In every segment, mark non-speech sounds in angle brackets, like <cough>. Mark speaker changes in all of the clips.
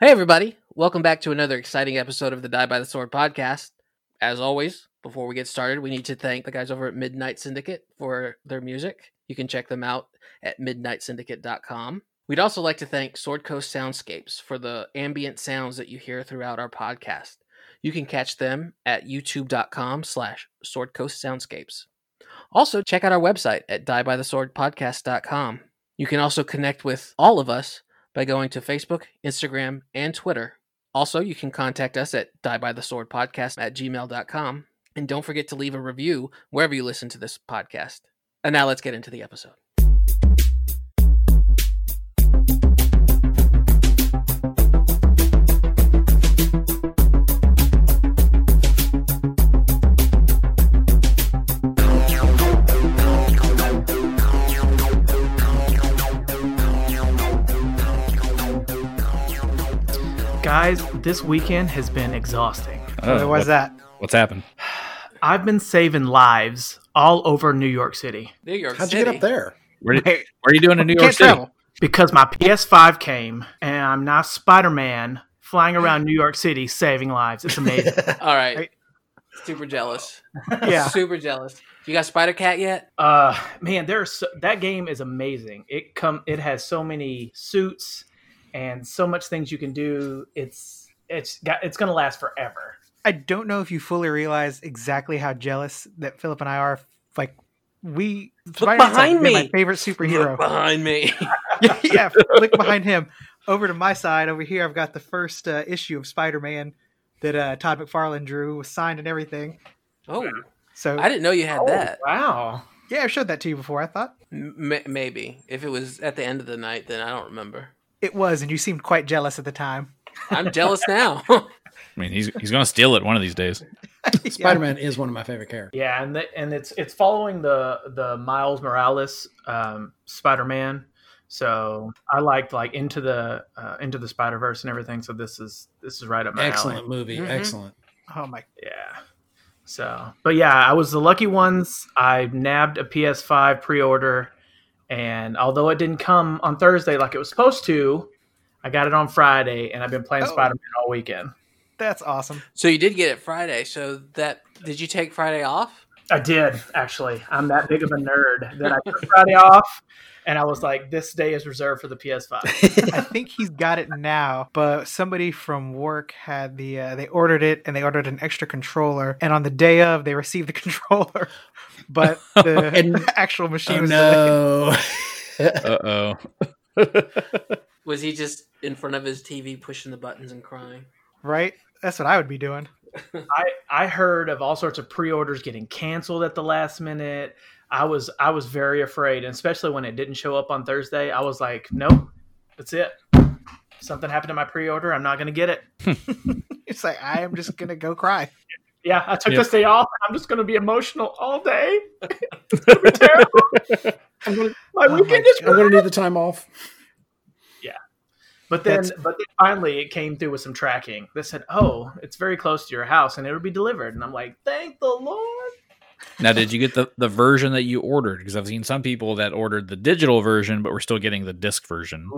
Speaker 1: Hey, everybody. Welcome back to another exciting episode of the Die by the Sword podcast. As always, before we get started, we need to thank the guys over at Midnight Syndicate for their music. You can check them out at midnightsyndicate.com. We'd also like to thank Sword Coast Soundscapes for the ambient sounds that you hear throughout our podcast. You can catch them at youtube.com slash swordcoastsoundscapes. Also, check out our website at diebytheswordpodcast.com. You can also connect with all of us by going to Facebook, Instagram, and Twitter. Also, you can contact us at diebytheswordpodcast at gmail.com. And don't forget to leave a review wherever you listen to this podcast. And now let's get into the episode.
Speaker 2: Guys, this weekend has been exhausting.
Speaker 3: Oh,
Speaker 4: Why
Speaker 3: what-
Speaker 4: is that?
Speaker 3: What's happened?
Speaker 2: I've been saving lives all over New York City
Speaker 1: New York
Speaker 4: How'd
Speaker 1: City.
Speaker 4: you get up there?
Speaker 3: <laughs> Where, did,
Speaker 2: Hey,
Speaker 3: where are you doing in New York
Speaker 4: Can't
Speaker 3: City?
Speaker 4: travel.
Speaker 2: because my PS5 came and I'm now Spider Man flying around New York City saving lives. It's amazing.
Speaker 1: All right.
Speaker 2: Right.
Speaker 1: Super
Speaker 4: <laughs>
Speaker 1: jealous.
Speaker 2: yeah.
Speaker 1: Super jealous. You got Spider Cat yet?
Speaker 2: Uh, man, there's so, that game is amazing. It come it has so many suits and so much things you can do. It's it's got it's gonna last forever.
Speaker 4: I don't know if you fully realize exactly how jealous that Philip and I are. Like we Spider-Man's,
Speaker 1: behind
Speaker 4: been
Speaker 1: me.
Speaker 4: my
Speaker 1: <laughs>
Speaker 4: favorite superhero. <laughs>
Speaker 1: Behind me.
Speaker 4: yeah, look behind him. Over to my side, over here, I've got the first uh, issue of Spider-Man that uh, Todd McFarlane drew, was signed and everything.
Speaker 1: Oh,
Speaker 4: So
Speaker 1: I didn't know you had
Speaker 4: Oh.
Speaker 1: that.
Speaker 2: Wow.
Speaker 4: yeah, I've showed that to you before. I thought
Speaker 1: M- m- maybe. If it was at the end of the night, then I don't remember.
Speaker 4: it was, and you seemed quite jealous at the time. <laughs>
Speaker 1: I'm jealous now. <laughs>
Speaker 3: I mean, he's he's gonna steal it one of these days. <laughs>
Speaker 4: Yeah.
Speaker 5: Spider-Man is one of my favorite characters.
Speaker 2: Yeah, and the, and it's it's following the the Miles Morales um, Spider Man. So I liked like into the uh, into the Spider Verse and everything. So this is this is right up my alley.
Speaker 4: Mm-hmm.
Speaker 5: Excellent movie.
Speaker 1: Mhm.
Speaker 5: Excellent.
Speaker 4: Oh my!
Speaker 2: Yeah. So, but yeah, I was the lucky ones. I nabbed a PS5 pre order, and although it didn't come on Thursday like it was supposed to, I got it on Friday, and I've been playing
Speaker 4: Oh.
Speaker 2: Spider Man all weekend.
Speaker 4: That's awesome.
Speaker 1: so you did get it Friday. So that did you take Friday off?
Speaker 2: I did actually. I'm that big of a nerd that I took Friday off, and I was like, "This day is reserved for the PS5."
Speaker 5: <laughs>
Speaker 4: I <laughs> think he's got it now, but somebody from work had the uh, they ordered it and they ordered an extra controller, and on the day of they received the <laughs> controller,
Speaker 5: <laughs>
Speaker 4: but the
Speaker 5: And-
Speaker 4: <laughs> actual machine
Speaker 5: Oh,
Speaker 4: was delayed.
Speaker 5: no.
Speaker 3: Uh oh.
Speaker 1: Was he just in front of his TV pushing the buttons and crying?
Speaker 4: <laughs> right. That's what I would be doing. <laughs>
Speaker 2: I I heard of all sorts of pre-orders getting canceled at the last minute. I was I was very afraid, and especially when it didn't show up on Thursday. I was like, "Nope, that's it. Something happened to my pre-order. I'm not gonna get it."
Speaker 4: It's like I am just gonna go cry.
Speaker 2: Yeah, I took
Speaker 3: Yep.
Speaker 2: this day off, and I'm just gonna be emotional all day. it's gonna be terrible. I'm gonna- my
Speaker 4: Oh my
Speaker 2: weekend is
Speaker 5: <laughs> I'm gonna need the time off.
Speaker 2: But then,
Speaker 4: That's-
Speaker 2: but then finally, it came through with some tracking that said, "Oh, it's very close to your house, and it will be delivered." And I'm like, "Thank the Lord!"
Speaker 3: Now, did you get the the version that you ordered? Because I've seen some people that ordered the digital version, but we're still getting the disc version.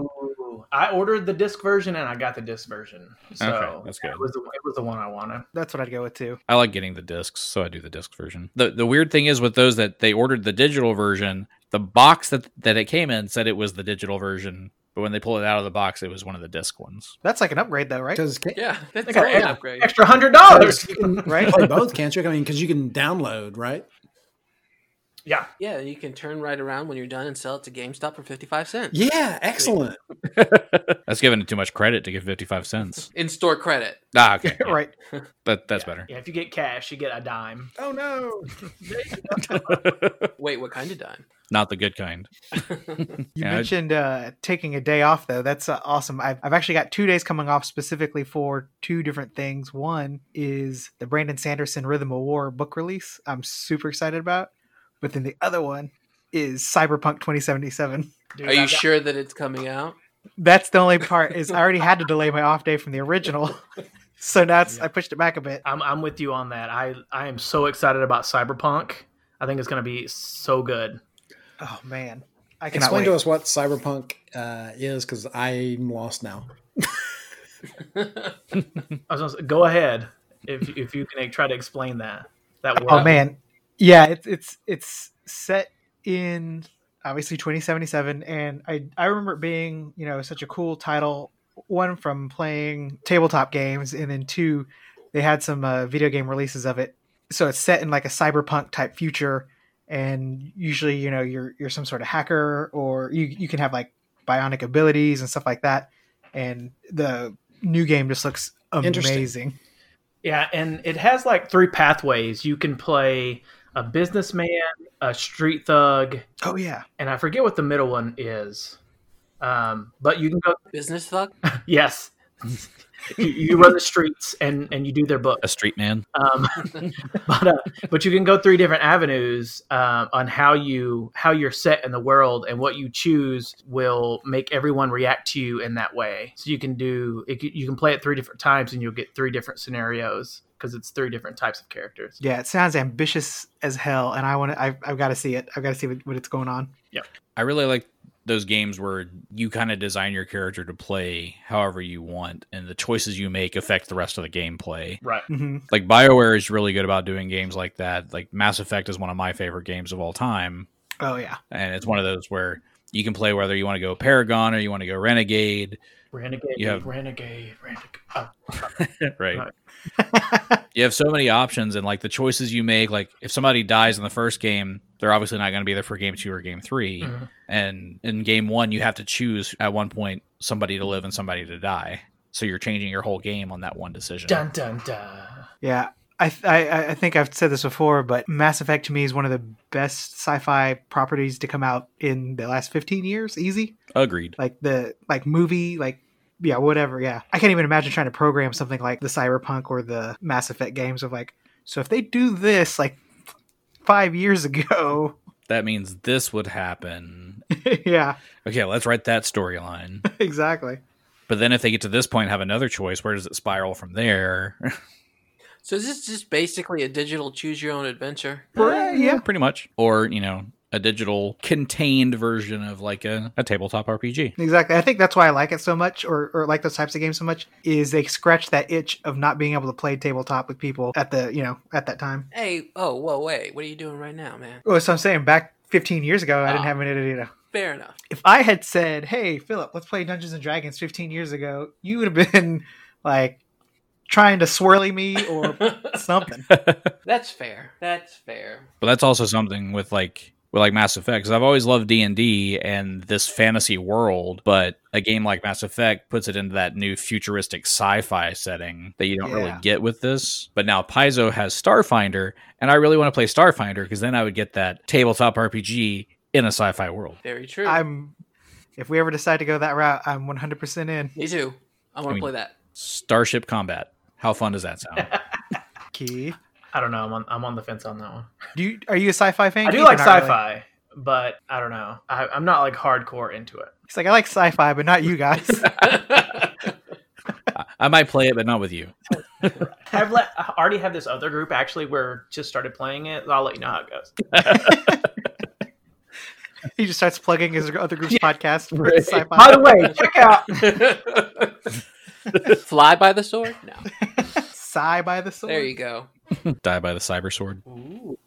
Speaker 2: I ordered the disc version, and I got the disc version. So
Speaker 3: Okay, that's good.
Speaker 2: It was the it was the one I wanted.
Speaker 4: That's what I'd go with too.
Speaker 3: I like getting the discs, so I do the disc version. the The weird thing is with those that they ordered the digital version, the box that that it came in said it was the digital version, but when they pulled it out of the box, it was one of the disc ones.
Speaker 4: That's like an upgrade though, right?
Speaker 5: Because you
Speaker 1: Yeah, that's
Speaker 2: Okay,
Speaker 1: an
Speaker 2: yeah.
Speaker 1: upgrade.
Speaker 2: Extra hundred dollars.
Speaker 5: can <laughs>
Speaker 4: Right?
Speaker 5: play both, can't you? I mean, because you can download, right?
Speaker 2: yeah,
Speaker 1: Yeah, you can turn right around when you're done and sell it to GameStop for 55 cents.
Speaker 5: Yeah, excellent.
Speaker 3: That's giving it too much credit to give fifty five cents.
Speaker 1: In store credit.
Speaker 3: Ah, <laughs> okay, yeah,
Speaker 4: <laughs> right.
Speaker 3: That that's better.
Speaker 2: yeah. If you get cash, you get a dime.
Speaker 4: Oh no!
Speaker 1: Wait, what kind of dime?
Speaker 3: Not the good kind.
Speaker 4: You
Speaker 3: Yeah, I-
Speaker 4: mentioned uh, taking a day off, though. That's uh, awesome. I've, I've actually got two days coming off specifically for two different things. One is the Brandon Sanderson Rhythm of War book release, I'm super excited about. But then the other one is Cyberpunk 2077.
Speaker 1: <laughs>
Speaker 2: Dude,
Speaker 1: Are you
Speaker 2: I got-
Speaker 1: sure that it's coming out?
Speaker 4: <laughs> That's the only part is I already had to delay my off day from the original, <laughs> so now it's, I pushed it back a bit.
Speaker 2: I'm I'm with you on that. I I am so excited about Cyberpunk. I think it's gonna be so good.
Speaker 4: Oh man, I cannot
Speaker 5: Explain
Speaker 4: wait.
Speaker 5: to us what cyberpunk uh, is, because I'm lost now.
Speaker 2: I was gonna say, go ahead if if you can try to explain that. That
Speaker 4: Oh
Speaker 2: world.
Speaker 4: man, yeah, it's it's it's set in obviously 2077, and I I remember it being you know such a cool title. One from playing tabletop games, and then two, they had some uh, video game releases of it. So it's set in like a cyberpunk type future, and usually you know you're you're some sort of hacker or you you can have like bionic abilities and stuff like that. And the new game just looks
Speaker 5: Interesting.
Speaker 4: amazing.
Speaker 2: Yeah, and it has like three pathways. You can play a businessman, a street thug,
Speaker 4: Oh yeah,
Speaker 2: and I forget what the middle one is. Um, but you can go. <laughs>
Speaker 1: Business thug?
Speaker 2: Yes, <laughs> you, you run the streets and and you do their book. <laughs>
Speaker 3: a street man.
Speaker 2: Um, but uh, but you can go three different avenues uh, on how you how you're set in the world, and what you choose will make everyone react to you in that way. So you can do it, c- you can play it three different times, and you'll get three different scenarios because it's three different types of characters.
Speaker 4: Yeah, it sounds ambitious as hell, and I want to. I've, I've got to see it. I've got to see what, what it's going on.
Speaker 3: I really like those games where you kind of design your character to play however you want, and the choices you make affect the rest of the gameplay.
Speaker 2: Right.
Speaker 4: hmm
Speaker 3: Like BioWare is really good about doing games like that. Like Mass Effect is one of my favorite games of all time,
Speaker 4: Oh yeah, <laughs>
Speaker 3: and it's one of those where you can play whether you want to go Paragon or you want to go Renegade,
Speaker 2: Renegade,
Speaker 3: You have-
Speaker 2: renegade, renegade. Oh,
Speaker 3: right?
Speaker 2: Right.
Speaker 3: you have so many options and like the choices you make like if somebody dies in the first game they're obviously not going to be there for game two or game 3
Speaker 2: Mhm.
Speaker 3: and in game one you have to choose at one point somebody to live and somebody to die so you're changing your whole game on that one decision
Speaker 2: dun dun dun.
Speaker 4: yeah. I, th- I I- I think I've said this before, but Mass Effect to me is one of the best sci-fi properties to come out in the last fifteen years. Easy,
Speaker 3: agreed
Speaker 4: like the like movie, like yeah, whatever. Yeah, I can't even imagine trying to program something like the Cyberpunk or the Mass Effect games of like. So if they do this like five years ago, <laughs>
Speaker 3: that means this would happen <laughs>
Speaker 4: yeah, <laughs>
Speaker 3: okay let's write that storyline
Speaker 4: exactly.
Speaker 3: but then if they get to this point have another choice where does it spiral from there <laughs>
Speaker 1: So is this just basically a digital choose your own adventure?
Speaker 4: Uh, yeah,
Speaker 3: pretty much or you know a digital contained version of like a, a tabletop rpg
Speaker 4: Exactly. I think that's why I like it so much, or, or like those types of games so much, is they scratch that itch of not being able to play tabletop with people at the you know at that time.
Speaker 1: Hey, oh, whoa, wait. What are you doing right now, man?
Speaker 4: Oh, so I'm saying back 15 years ago, I didn't
Speaker 1: Ah.
Speaker 4: have an idea.
Speaker 1: Fair <laughs> enough.
Speaker 4: If I had said, "Hey, Philip, let's play Dungeons and Dragons," 15 years ago, you would have been <laughs> like trying to swirly me
Speaker 2: <laughs>
Speaker 4: or something.
Speaker 1: That's fair. That's fair.
Speaker 3: But that's also something with like with like Mass Effect because I've always loved D and D and this fantasy world, but a game like Mass Effect puts it into that new futuristic sci-fi setting that you don't really
Speaker 4: Yeah.
Speaker 3: get with this. But now Paizo has Starfinder, and I really want to play Starfinder because then I would get that tabletop RPG in a sci-fi world.
Speaker 1: Very true.
Speaker 4: I'm. If we ever decide to go that route, I'm 100% in.
Speaker 1: Me too. I want
Speaker 3: I
Speaker 1: to
Speaker 3: mean-
Speaker 1: play that.
Speaker 3: Starship Combat. How fun does that sound?
Speaker 5: <laughs>
Speaker 4: Keith,
Speaker 2: I don't know. I'm on. I'm on the fence on that one.
Speaker 4: do you are you a sci-fi fan?
Speaker 2: I do
Speaker 4: Keith, or
Speaker 2: like
Speaker 4: not really?
Speaker 2: sci-fi, but I don't know. I, I'm not like hardcore into it.
Speaker 4: He's like, I like sci-fi, but not you guys.
Speaker 3: I- I might play it, but not with you.
Speaker 2: I've let, I already have this other group actually where just started playing it. I'll let you know how it goes.
Speaker 4: He just starts plugging his
Speaker 5: <laughs>
Speaker 4: other group's podcast. For
Speaker 2: Right.
Speaker 4: sci-fi.
Speaker 2: By the <laughs> way, check
Speaker 1: <laughs>
Speaker 2: out
Speaker 1: Fly by the sword? No.
Speaker 4: Sigh by the sword.
Speaker 1: There you go.
Speaker 3: Die by the cyber sword.
Speaker 2: Ooh,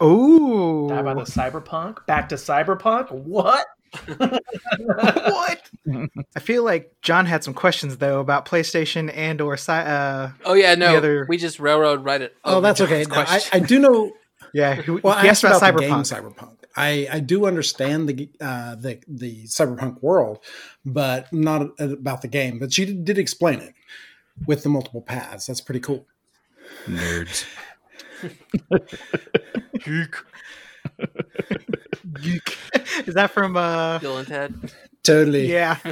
Speaker 4: go. Ooh.
Speaker 2: die by
Speaker 4: <laughs>
Speaker 2: the cyberpunk. Back to cyberpunk. What?
Speaker 5: <laughs>
Speaker 4: what? I feel like John had some questions though about PlayStation and or sci- uh
Speaker 1: Oh yeah, no.
Speaker 4: other-
Speaker 1: We just railroad right it.
Speaker 5: Oh, that's okay. No, I, I do know.
Speaker 4: <laughs> yeah, he,
Speaker 5: Well,
Speaker 4: he
Speaker 5: I
Speaker 4: asked
Speaker 5: asked
Speaker 4: about
Speaker 5: about the game
Speaker 4: Cyberpunk.
Speaker 5: Cyberpunk. I, I do understand the uh, the the Cyberpunk world, but not about the game. But you did explain it with the multiple paths. That's pretty cool.
Speaker 3: Nerds.
Speaker 4: Geek. <laughs> Is that from
Speaker 1: <laughs>
Speaker 4: uh
Speaker 1: Bill and Ted.
Speaker 5: Totally.
Speaker 4: yeah.
Speaker 5: <laughs>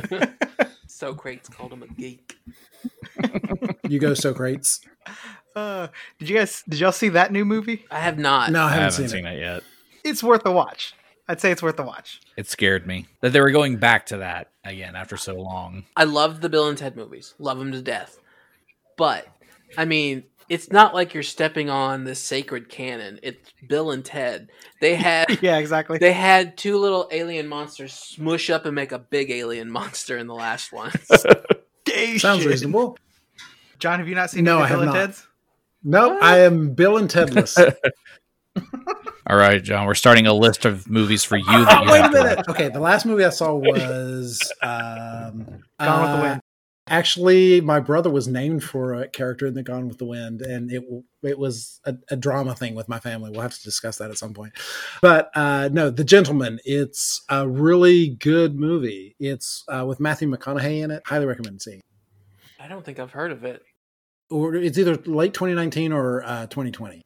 Speaker 1: So great. Called him a geek.
Speaker 5: You go Socrates.
Speaker 4: Uh, did you guys did y'all see that new movie?
Speaker 1: I have not.
Speaker 5: No, I
Speaker 3: I
Speaker 5: haven't,
Speaker 3: haven't
Speaker 5: seen, it.
Speaker 3: seen it yet.
Speaker 4: It's worth a watch. I'd say it's worth a watch.
Speaker 3: It scared me that they were going back to that again after so long.
Speaker 1: I love the Bill and Ted movies. Love them to death. But I mean, it's not like you're stepping on this sacred canon. It's Bill and Ted. They
Speaker 5: <laughs>
Speaker 1: had
Speaker 4: Yeah, exactly.
Speaker 1: they had two little alien monsters <laughs>
Speaker 5: <laughs>
Speaker 1: smush up and make a big alien monster in the last one.
Speaker 4: Gay
Speaker 5: Sounds
Speaker 4: shit.
Speaker 5: reasonable.
Speaker 4: John, have you not seen
Speaker 5: No, I
Speaker 4: any
Speaker 5: have
Speaker 4: Bill and
Speaker 5: not.
Speaker 4: Ted's?
Speaker 5: Nope, I am Bill and <laughs> Tedless.
Speaker 3: All right, John, we're starting a list of movies for you.
Speaker 5: <laughs>
Speaker 3: That you
Speaker 5: Wait a
Speaker 3: have to watch.
Speaker 5: minute. Okay, the last movie I saw was um,
Speaker 4: Gone with the Wind.
Speaker 5: Actually, my brother was named for a character in the Gone with the Wind, and it it was a, a drama thing with my family. We'll have to discuss that at some point. But uh, no, The Gentleman. It's a really good movie. It's uh, with Matthew McConaughey in it. Highly recommend seeing. it.
Speaker 1: I don't think I've heard of it.
Speaker 5: Or it's either late 2019 or uh, 2020.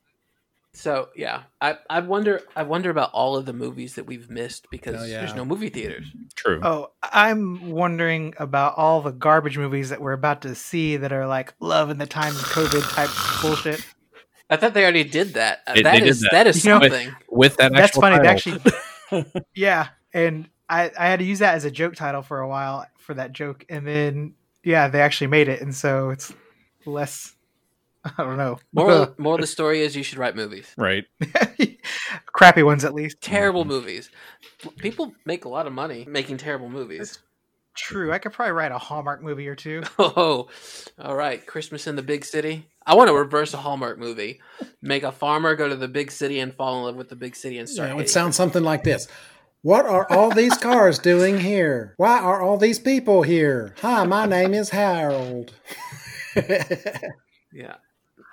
Speaker 1: So yeah, I, I wonder I wonder about all of the movies that we've missed because
Speaker 5: Oh, yeah.
Speaker 1: there's no movie theaters.
Speaker 3: True.
Speaker 4: Oh, I'm wondering about all the garbage movies that we're about to see that are like love in the time of COVID type bullshit.
Speaker 1: I thought they already did that. Uh,
Speaker 3: They-
Speaker 1: that
Speaker 3: they did
Speaker 1: is
Speaker 3: that.
Speaker 1: that is
Speaker 4: You know-
Speaker 1: something.
Speaker 5: <laughs>
Speaker 3: With that,
Speaker 4: That's
Speaker 3: actual
Speaker 4: funny. They
Speaker 3: title.
Speaker 4: actually, <laughs> yeah, and I I had to use that as a joke title for a while for that joke, and then yeah, they actually made it, and so it's less. <laughs> I don't know.
Speaker 1: Moral, moral of the story is you should write movies.
Speaker 3: right.
Speaker 4: <laughs> Crappy ones, at least.
Speaker 1: Terrible
Speaker 3: Mm-hmm.
Speaker 1: movies. People make a lot of money making terrible movies.
Speaker 4: True. I could probably write a Hallmark movie or two.
Speaker 1: <laughs> Oh, all right. Christmas in the big city. I want to reverse a Hallmark movie. Make a farmer go to the big city and fall in love with the big city and start.
Speaker 5: Yeah,
Speaker 1: hating
Speaker 5: it sounds something like this. What are all these cars doing here? Why are all these people here? Hi, my name is <laughs> Harold.
Speaker 1: it. Yeah.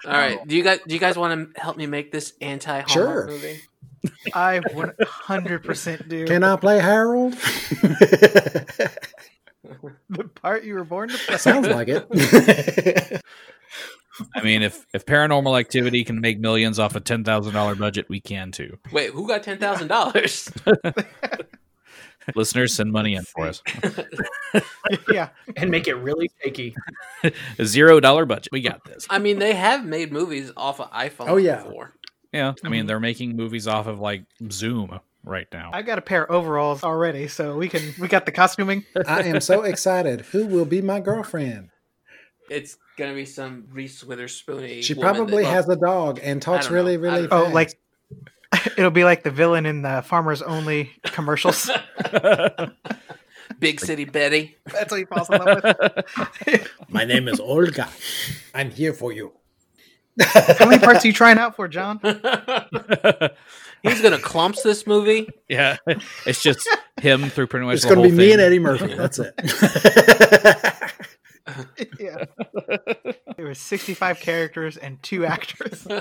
Speaker 1: All right. Do you guys do you guys want to help me make this anti Hallmark
Speaker 5: Sure.
Speaker 1: movie?
Speaker 4: I would 100% do
Speaker 5: Can I play <laughs> Harold?
Speaker 4: the part you were born to play. <laughs>
Speaker 5: Sounds like <laughs> it.
Speaker 3: I mean, if if Paranormal Activity can make millions off a ten thousand dollar budget, we can too.
Speaker 1: Wait, who got ten thousand
Speaker 5: <laughs>
Speaker 1: dollars?
Speaker 3: Listeners, send money in for us.
Speaker 4: yeah.
Speaker 2: and make it really shaky.
Speaker 3: A zero dollar budget. We got this.
Speaker 1: I mean, they have made movies off of iPhone.
Speaker 5: Oh, yeah.
Speaker 1: before.
Speaker 3: Yeah. I mean,
Speaker 4: Mhm.
Speaker 3: they're making movies off of like Zoom right now.
Speaker 4: I got a pair of overalls already, so we can we got the <laughs> costuming.
Speaker 5: I am so excited. Who will be my girlfriend?
Speaker 1: It's gonna be some Reese Witherspoon.
Speaker 5: She probably has a dog and talks
Speaker 1: don't
Speaker 5: really,
Speaker 1: know. I
Speaker 5: really
Speaker 1: don't-
Speaker 4: Oh,
Speaker 5: fast.
Speaker 4: like <laughs> it'll be like the villain in the Farmers Only commercials.
Speaker 1: Big City Betty.
Speaker 4: <laughs> That's what he falls in love with.
Speaker 5: my name is <laughs> Olga. I'm here for you.
Speaker 4: <laughs> How many parts are you trying out for, <laughs> John?
Speaker 1: He's gonna clumps this movie.
Speaker 3: yeah. <laughs> It's just him through pretty much.
Speaker 5: It's
Speaker 3: the
Speaker 5: going to be
Speaker 3: whole
Speaker 5: me
Speaker 3: thing.
Speaker 5: and Eddie Murphy. That's <laughs> it.
Speaker 4: yeah. There were 65 characters and two actors. <laughs>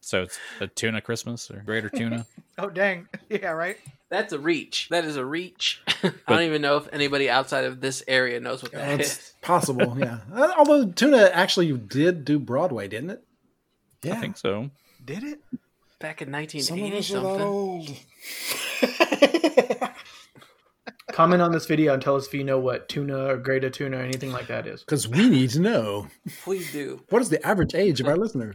Speaker 3: So it's a tuna Christmas or greater tuna.
Speaker 4: Oh dang. Yeah, right?
Speaker 1: That's a reach. That is a reach. <laughs> I don't even know if anybody outside of this area knows what that is.
Speaker 3: <laughs>
Speaker 5: That's possible, yeah. Uh, Although Tuna actually did do Broadway, didn't it? Yeah,
Speaker 3: I think so.
Speaker 4: Did it?
Speaker 1: Back in
Speaker 5: some of
Speaker 1: 1980
Speaker 5: us are that
Speaker 1: something.
Speaker 5: old. <laughs>
Speaker 2: Comment on this video and tell us if you know what tuna or Greta tuna or anything like that is.
Speaker 5: Because we need to know
Speaker 1: Please do.
Speaker 5: what is the average age of our listener.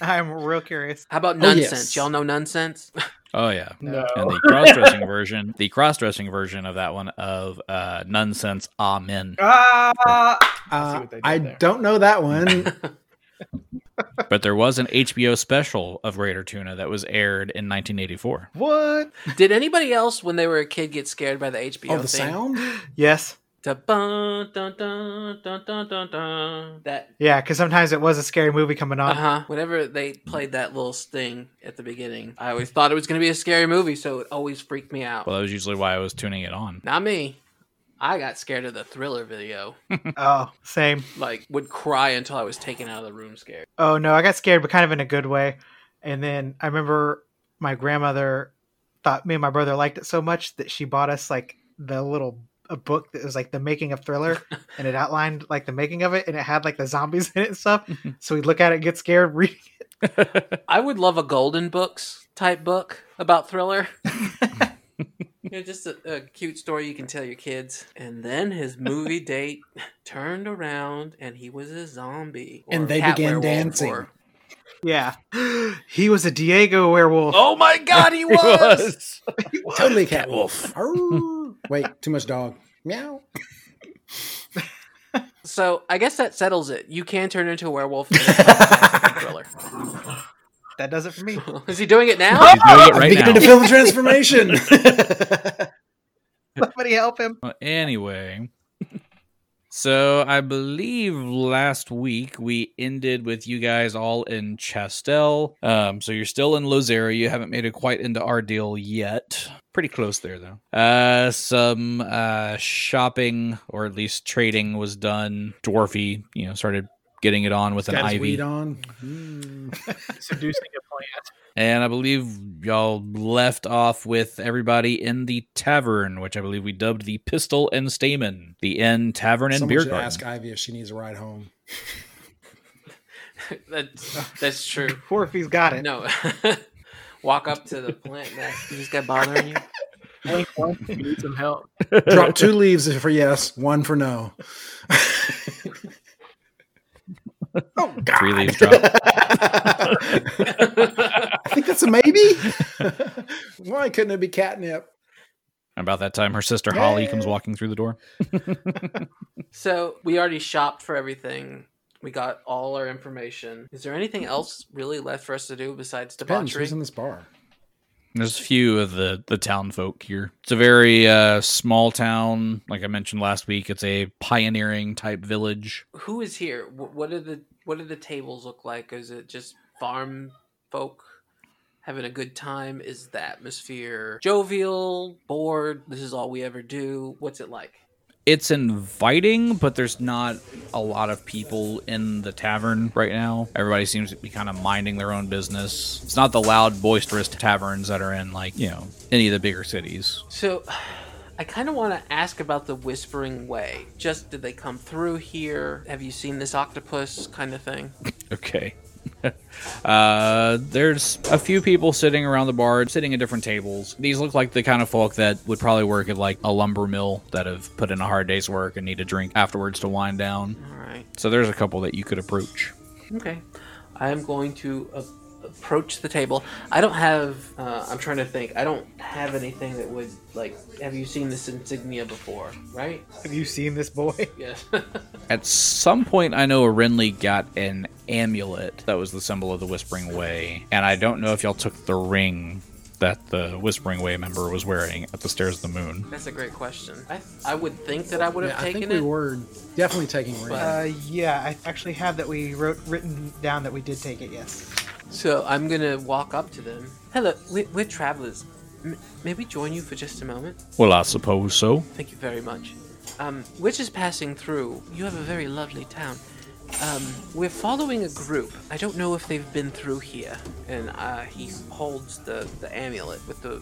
Speaker 4: I'm real curious.
Speaker 1: How about
Speaker 5: Oh,
Speaker 1: nonsense?
Speaker 5: yes.
Speaker 1: Y'all know nonsense?
Speaker 3: Oh yeah.
Speaker 2: No.
Speaker 3: And the cross-dressing version, the cross-dressing version of that one of uh, nonsense. Amen.
Speaker 2: Ah, see
Speaker 5: Uh,
Speaker 2: what they did
Speaker 5: I
Speaker 2: there.
Speaker 5: don't know
Speaker 3: <laughs>
Speaker 5: that one.
Speaker 3: But there was an HBO special of Greater Tuna that was aired in 1984.
Speaker 4: What?
Speaker 1: Did anybody else when they were a kid get scared by the HBO
Speaker 5: oh, the
Speaker 1: thing?
Speaker 5: sound.
Speaker 4: Yes.
Speaker 1: Da bun, dun, dun, dun, dun, dun, dun. That
Speaker 4: Yeah, because sometimes it was a scary movie coming
Speaker 1: uh
Speaker 5: Uh-huh.
Speaker 4: on. <laughs>
Speaker 1: huh. Whenever they played that little sting at the beginning, I always thought it was gonna be a scary movie, so it always freaked me out.
Speaker 3: Well, that was usually why I was tuning it on.
Speaker 1: Not me. I got scared of the thriller video.
Speaker 4: Oh, same.
Speaker 1: Like would cry until I was taken out of the room scared.
Speaker 4: Oh no, I got scared, but kind of in a good way. And then I remember my grandmother thought me and my brother liked it so much that she bought us like the little a book that was like the making of
Speaker 1: <laughs>
Speaker 4: Thriller, and it outlined like the making of it, and it had like the zombies in it
Speaker 1: <laughs>
Speaker 4: and stuff. so we'd look at it, get scared, read.
Speaker 1: I would love a Golden Books type book about thriller. you know, just a, a cute story you can tell your kids. And then his
Speaker 5: <laughs>
Speaker 1: movie date turned around, and he was a zombie. or
Speaker 5: And they
Speaker 1: cat
Speaker 5: began
Speaker 1: werewolf
Speaker 5: dancing.
Speaker 1: or-
Speaker 4: Yeah, <gasps> he was a Diego werewolf.
Speaker 1: oh my god,
Speaker 5: <laughs>
Speaker 1: he was!
Speaker 5: totally cat wolf. Arr. Wait, too much dog. Meow.
Speaker 1: so I guess that settles it. You can turn into a werewolf in a <laughs> fantastic thriller. <laughs>
Speaker 4: That does it for me. <laughs>
Speaker 1: Is he doing it
Speaker 5: <laughs>
Speaker 1: now?
Speaker 3: <laughs> He's doing it
Speaker 5: I'm
Speaker 3: right
Speaker 5: beginning to
Speaker 3: now. <laughs>
Speaker 5: feel the transformation.
Speaker 4: Somebody help him.
Speaker 3: Well, anyway, So I believe last week we ended with you guys all in Chastel. Um, so you're still in Lozera. You haven't made it quite into our deal yet. Pretty close there though. Uh, some uh, shopping or at least trading was done. Dwarfy, you know, started getting it on with an
Speaker 5: Got his
Speaker 3: ivy.
Speaker 5: weed on. Mm.
Speaker 2: Seducing a plant.
Speaker 3: And I believe y'all left off with everybody in the tavern, which I believe we dubbed the Pistol and Stamen, the Inn Tavern and
Speaker 5: Someone
Speaker 3: Beer
Speaker 5: should
Speaker 3: Garden.
Speaker 5: ask Ivy if she needs a ride home.
Speaker 1: That's that's true.
Speaker 4: Dwarfy's got it.
Speaker 1: No, <laughs> walk up to the plant. Man. You just got bothering you.
Speaker 2: Blink once if you need some help.
Speaker 3: <laughs>
Speaker 5: Drop two leaves for yes, one
Speaker 1: <laughs>
Speaker 5: for no.
Speaker 4: Oh,
Speaker 5: <laughs>
Speaker 3: Three leaves drop.
Speaker 5: I think that's
Speaker 1: <laughs>
Speaker 5: a maybe. Why couldn't it be catnip?
Speaker 3: About that time, her sister Holly comes
Speaker 5: Yay.
Speaker 3: walking through the door.
Speaker 1: So we already shopped for everything. We got all our information. Is there anything else really left for us to do besides
Speaker 5: Depends
Speaker 1: debauchery?
Speaker 5: who's in this bar.
Speaker 3: There's a few of the the town folk here. It's a very uh, small town, like I mentioned last week. It's a pioneering type village.
Speaker 1: Who is here? Wh- What are the what do the tables look like? Is it just farm folk having a good time? Is the atmosphere jovial, bored? This is all we ever do. What's it like?
Speaker 3: It's inviting, but there's not a lot of people in the tavern right now. Everybody seems to be kind of minding their own business. It's not the loud, boisterous taverns that are in like you know any of the bigger cities.
Speaker 1: So, I kind of want to ask about the Whispering Way. Just did they come through here? Have you seen this octopus kind of thing?
Speaker 3: Okay. <laughs> uh, there's a few people sitting around the bar, sitting at different tables. These look like the kind of folk that would probably work at like a lumber mill that have put in a hard day's work and need a drink afterwards to wind down.
Speaker 1: All right.
Speaker 3: So there's a couple that you could approach.
Speaker 1: Okay. I am going to a- approach the table. I don't have. Uh, I'm trying to think. I don't have anything that would like. Have you seen this insignia before? Right?
Speaker 4: Have you seen this boy? <laughs>
Speaker 1: Yes. <laughs>
Speaker 3: At some point, I know Renly got an amulet that was the symbol of the Whispering Way, and I don't know if y'all took the ring that the Whispering Way member was wearing at the Stairs of the Moon.
Speaker 1: That's a great question. I I would think that I would
Speaker 5: Yeah,
Speaker 1: have
Speaker 5: I
Speaker 1: taken
Speaker 5: think we
Speaker 1: it.
Speaker 5: were definitely taking rain.
Speaker 1: But-
Speaker 4: Uh, yeah, I actually have that we wrote written down that we did take it.
Speaker 1: <laughs>
Speaker 4: Yes.
Speaker 1: So I'm gonna walk up to them. Hello, we, we're travelers. M- may we join you for just a moment?
Speaker 3: Well, I suppose so.
Speaker 1: Thank you very much. Um, we're just passing through. You have a very lovely town. Um, we're following a group. I don't know if they've been through here. And uh, he holds the, the amulet with the,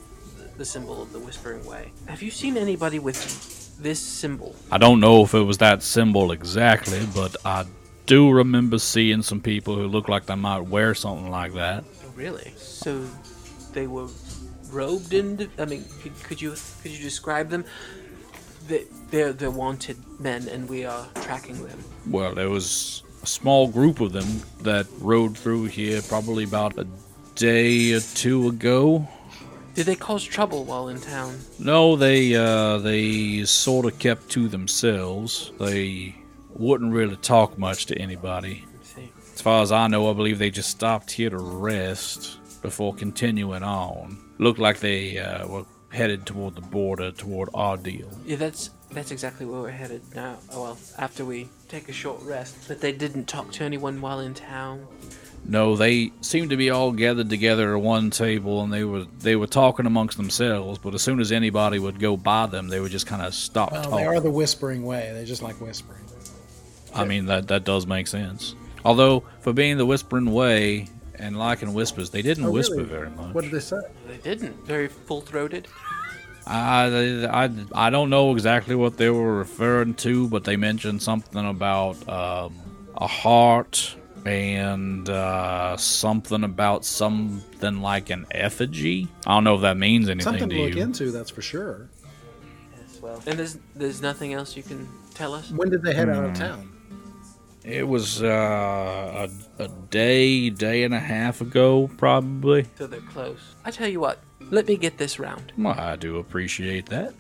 Speaker 1: the symbol of the Whispering Way. Have you seen anybody with this symbol?
Speaker 3: I don't know if it was that symbol exactly, but I do remember seeing some people who looked like they might wear something like that.
Speaker 1: Oh, really? So they were robed in. I mean, could, could you could you describe them? They, they're they're wanted men, and we are tracking them.
Speaker 3: Well, there was a small group of them that rode through here probably about a day or two ago.
Speaker 1: Did they cause trouble while in town?
Speaker 3: No, they uh, they sort of kept to themselves. They wouldn't really talk much to anybody.
Speaker 1: Let's see.
Speaker 3: As far as I know, I believe they just stopped here to rest before continuing on. Looked like they uh, were headed toward the border, toward our deal.
Speaker 1: Yeah, that's that's exactly where we're headed now. Oh well, after we take a short rest. But they didn't talk to anyone while in town.
Speaker 3: No, they seemed to be all gathered together at one table, and they were they were talking amongst themselves. But as soon as anybody would go by them, they would just kind of stop
Speaker 5: Well, Oh, they
Speaker 3: talking.
Speaker 5: are the whispering way. They just like whispering.
Speaker 3: I mean, that that does make sense. Although, for being the whispering way and liking whispers, they didn't
Speaker 5: Oh,
Speaker 3: whisper
Speaker 5: really?
Speaker 3: very much.
Speaker 5: What did they say?
Speaker 1: They didn't. Very full throated.
Speaker 3: I, I, I don't know exactly what they were referring to, but they mentioned something about um, a heart and uh, something about something like an effigy. I don't know if that means anything
Speaker 5: Something
Speaker 3: to
Speaker 5: to look
Speaker 3: you.
Speaker 5: into, that's for sure.
Speaker 1: Yes, well. And there's there's nothing else you can tell us.
Speaker 5: When did they head
Speaker 3: Hmm.
Speaker 5: out of town?
Speaker 3: It was uh, a, a day, day and a half ago, probably.
Speaker 1: So they're close. I tell you what. Let me get this round.
Speaker 3: Well, I do appreciate that.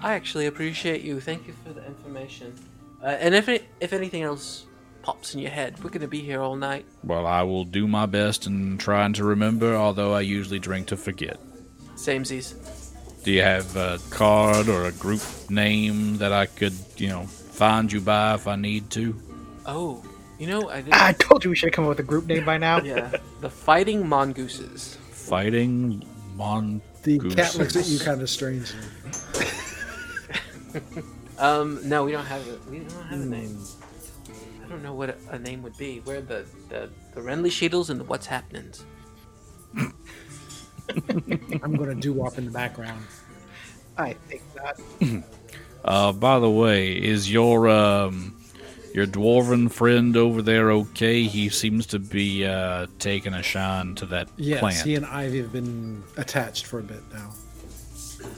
Speaker 1: I actually appreciate you. Thank you for the information. Uh, and if it, if anything else pops in your head, we're gonna be here all night.
Speaker 3: Well, I will do my best in trying to remember, although I usually drink to forget.
Speaker 1: Samesies.
Speaker 3: Do you have a card or a group name that I could, you know, find you by if I need to.
Speaker 1: Oh, you know, I did.
Speaker 4: I told you we should have come up with a group name by now.
Speaker 1: yeah, the Fighting Mongooses.
Speaker 3: Fighting Mon.
Speaker 5: The cat
Speaker 3: Gooses.
Speaker 5: looks at you kind of strangely.
Speaker 1: Um, no, we don't have a we don't have a name. I don't know what a, a name would be. We're the the the Renly Sheetles and the What's Happenings.
Speaker 5: I'm going to do wop in the
Speaker 3: <laughs>
Speaker 5: background.
Speaker 4: I think not.
Speaker 3: Uh, by the way, is your um your dwarven friend over there okay? He seems to be uh taking a shine to that
Speaker 5: Yes,
Speaker 3: plant.
Speaker 5: he and Ivy have been attached for a bit now.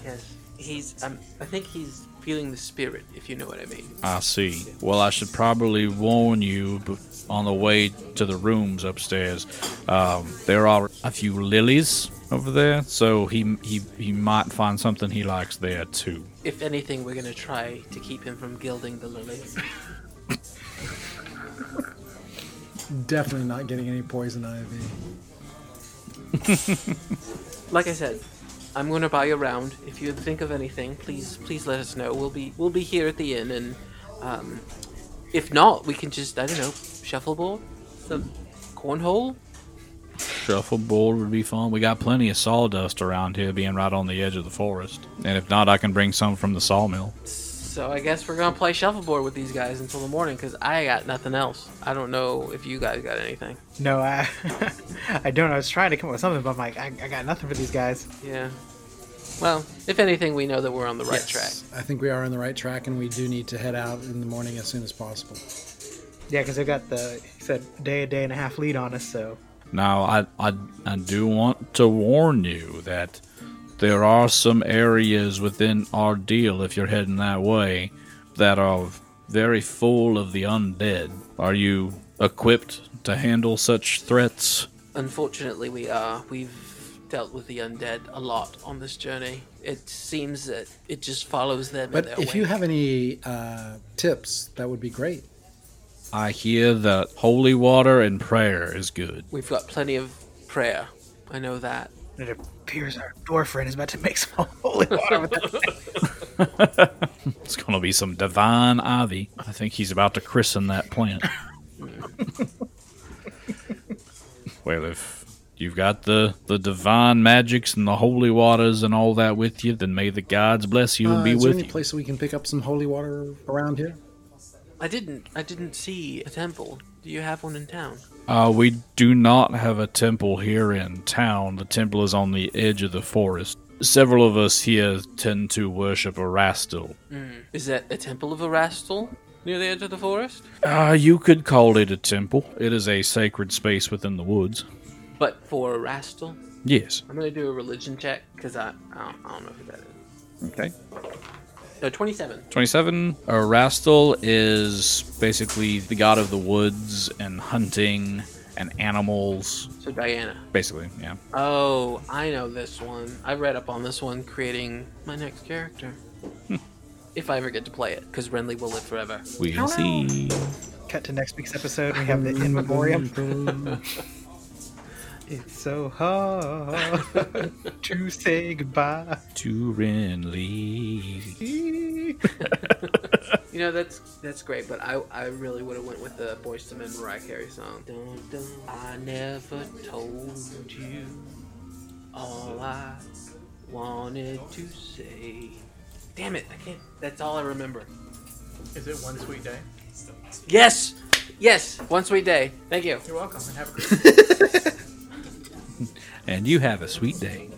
Speaker 1: Yes, he's. Um, I think he's feeling the spirit, if you know what I mean.
Speaker 3: I see. Well, I should probably warn you b- on the way to the rooms upstairs. Um, there are a few lilies over there, so he he he might find something he likes there too.
Speaker 1: If anything, we're gonna try to keep him from gilding the lily.
Speaker 5: Definitely not getting any poison ivy.
Speaker 1: Like I said, I'm gonna buy a round. If you think of anything, please please let us know. We'll be we'll be here at the inn, and um, if not, we can just I don't know shuffleboard, some cornhole.
Speaker 3: Shuffleboard would be fun. We got plenty of sawdust around here, being right on the edge of the forest. And if not, I can bring some from the sawmill.
Speaker 1: So I guess we're gonna play shuffleboard with these guys until the morning, cause I got nothing else. I don't know if you guys got anything.
Speaker 4: No, I, <laughs> I don't. I was trying to come up with something, but I'm like, I, I got nothing for these guys.
Speaker 1: Yeah. Well, if anything, we know that we're on the right
Speaker 5: Yes,
Speaker 1: track.
Speaker 5: I think we are on the right track, and we do need to head out in the morning as soon as possible.
Speaker 4: Yeah, because they got the he said a day, a day and a half lead on us. So
Speaker 3: Now, I, I, I do want to warn you that there are some areas within our deal, if you're heading that way, that are very full of the undead. Are you equipped to handle such threats?
Speaker 1: Unfortunately, we are. We've dealt with the undead a lot on this journey. It seems that it just follows them.
Speaker 5: But
Speaker 1: in their
Speaker 5: if you have any uh, tips, that would be great.
Speaker 3: I hear that holy water and prayer is good.
Speaker 1: we've got plenty of prayer. I know that.
Speaker 4: it appears our dwarf friend is about to make some <laughs> holy
Speaker 1: <laughs>
Speaker 4: water with that.
Speaker 3: It's going to be some divine ivy. I think he's about to christen that plant. well, if you've got the, the divine magics and the holy waters and all that with you, then may the gods bless you and
Speaker 5: Uh,
Speaker 3: be
Speaker 5: is there
Speaker 3: with
Speaker 5: any
Speaker 3: you.
Speaker 5: place we can pick up some holy water around here?
Speaker 1: I didn't. I didn't see a temple. Do you have one in town?
Speaker 3: uh, we do not have a temple here in town. The temple is on the edge of the forest. Several of us here tend to worship Erastil.
Speaker 1: Is that a temple of Erastil near the edge of the forest?
Speaker 3: Uh, you could call it a temple. It is a sacred space within the woods.
Speaker 1: But for Erastil,
Speaker 3: Yes.
Speaker 1: I'm gonna do a religion check because I I don't, I don't know who that is.
Speaker 3: Okay.
Speaker 1: No, 27.
Speaker 3: 27. Rastal is basically the god of the woods and hunting and animals.
Speaker 1: So Diana.
Speaker 3: Basically, yeah.
Speaker 1: Oh, I know this one. I read up on this one, creating my next character. <laughs> if I ever get to play it, because Renly will live forever.
Speaker 3: We'll see.
Speaker 4: Cut to next week's episode. We have the in memoriam.
Speaker 3: Mm-hmm.
Speaker 5: <laughs>
Speaker 4: It's so
Speaker 1: <laughs>
Speaker 4: hard to say goodbye.
Speaker 3: To Renly.
Speaker 1: You know that's that's great, but I I really would have went with the Boys to Men Mariah Carey song. Dun, dun, I never told you all I wanted to say. Damn it! I can't. That's all I remember.
Speaker 2: Is it one sweet day?
Speaker 1: Yes, yes. One sweet day. Thank you.
Speaker 2: You're welcome. And have a great
Speaker 4: <laughs>
Speaker 3: And you have a sweet day.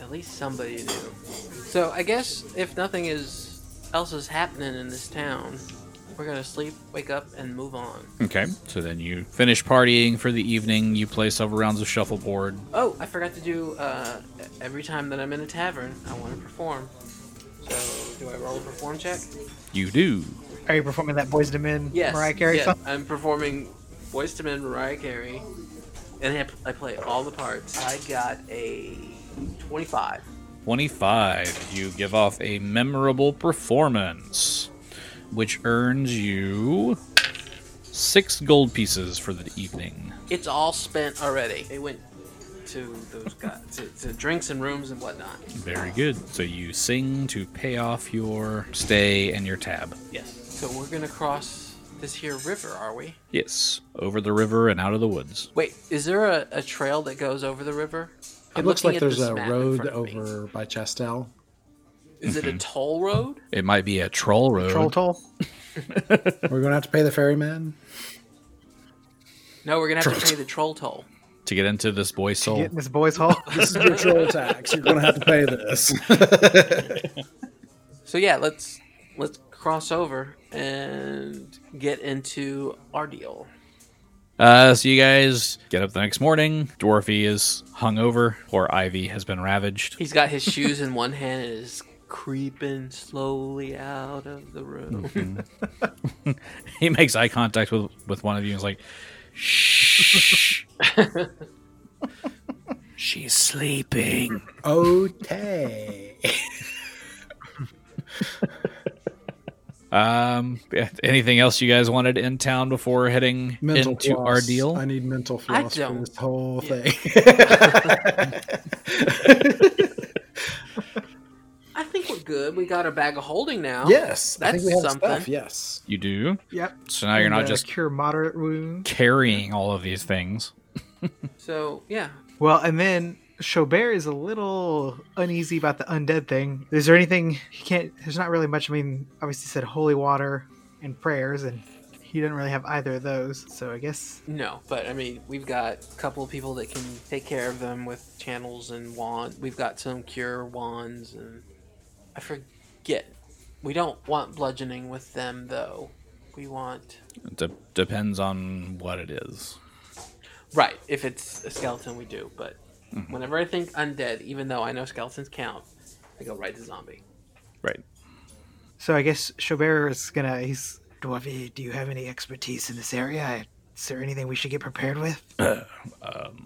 Speaker 1: At least somebody knew. So I guess if nothing is else is happening in this town, we're gonna sleep, wake up, and move on.
Speaker 3: Okay. So then you finish partying for the evening. You play several rounds of shuffleboard.
Speaker 1: Oh, I forgot to do uh, every time that I'm in a tavern, I want to perform. So do I roll a perform check?
Speaker 3: You do.
Speaker 4: Are you performing that Boys to Men
Speaker 1: Yes.
Speaker 4: Mariah Carey
Speaker 1: yes,
Speaker 4: song?
Speaker 1: I'm performing Voice to Men Mariah Carey, and I- I play all the parts. I got a 25.
Speaker 3: 25. You give off a memorable performance, which earns you six gold pieces for the evening.
Speaker 1: It's all spent already. It went to those guys, to, to drinks and rooms and whatnot.
Speaker 3: Very good. So you sing to pay off your stay and your tab.
Speaker 1: Yes. So we're gonna cross this here river, are we?
Speaker 3: Yes, over the river and out of the woods.
Speaker 1: Wait, is there a, a trail that goes over the river?
Speaker 5: It
Speaker 1: I'm
Speaker 5: looks
Speaker 1: looking
Speaker 5: like
Speaker 1: at
Speaker 5: there's
Speaker 1: this
Speaker 5: a
Speaker 1: map in
Speaker 5: road
Speaker 1: front of me.
Speaker 5: over Mm-hmm. by Chastel.
Speaker 1: Is it a toll road?
Speaker 3: It might be a troll road.
Speaker 4: Troll toll.
Speaker 5: <laughs> We're going to have to pay the ferryman.
Speaker 1: No, we're gonna have to
Speaker 3: Troll
Speaker 1: pay the troll toll.
Speaker 3: to get into this boy's soul.
Speaker 4: Get in this boy's hole.
Speaker 5: This is your <laughs> troll tax. You're going to have to pay this.
Speaker 1: So yeah, let's let's cross over and get into our deal.
Speaker 3: Uh, so you guys get up the next morning. Dwarfy is hungover. Poor Ivy has been ravaged. <laughs>
Speaker 1: He's got his shoes in one hand and is creeping slowly out of the
Speaker 5: <laughs>
Speaker 1: room.
Speaker 3: He makes eye contact with with one of you and is like, "Shh." She's sleeping.
Speaker 5: <laughs> okay.
Speaker 3: Um, yeah, anything else you guys wanted in town before heading
Speaker 5: <laughs> Mental
Speaker 3: into
Speaker 5: floss.
Speaker 3: our deal?
Speaker 5: I need mental floss for
Speaker 1: don't.
Speaker 5: this whole
Speaker 1: Yeah. <laughs>
Speaker 5: thing.
Speaker 1: I think we're good. We got our bag of holding now.
Speaker 5: yes. I
Speaker 1: That's
Speaker 5: think we have
Speaker 1: something.
Speaker 5: stuff. Yes.
Speaker 3: you do.
Speaker 4: <laughs> Yep.
Speaker 3: So now you're
Speaker 4: And,
Speaker 3: not
Speaker 4: uh,
Speaker 3: just
Speaker 4: cure moderate wounds.
Speaker 3: carrying all of these things.
Speaker 1: So yeah,
Speaker 4: Well, and then Chaubert is a little uneasy about the undead thing. Is there anything he can't? There's not really much. I mean, obviously he said holy water and prayers, and he doesn't really have either of those. So I guess
Speaker 1: no, but I mean, we've got a couple of people that can take care of them with channels and wand. We've got some cure wands and I forget. We don't want bludgeoning with them though. We want
Speaker 3: It de- depends on what it is.
Speaker 1: Right. If it's a skeleton, we do. But whenever I think undead, even though I know skeletons count, I go right to zombie.
Speaker 3: Right.
Speaker 4: so. I guess Chaubert is gonna. He's Dwarfy. Do you have any expertise in this area? Is there anything we should get prepared with?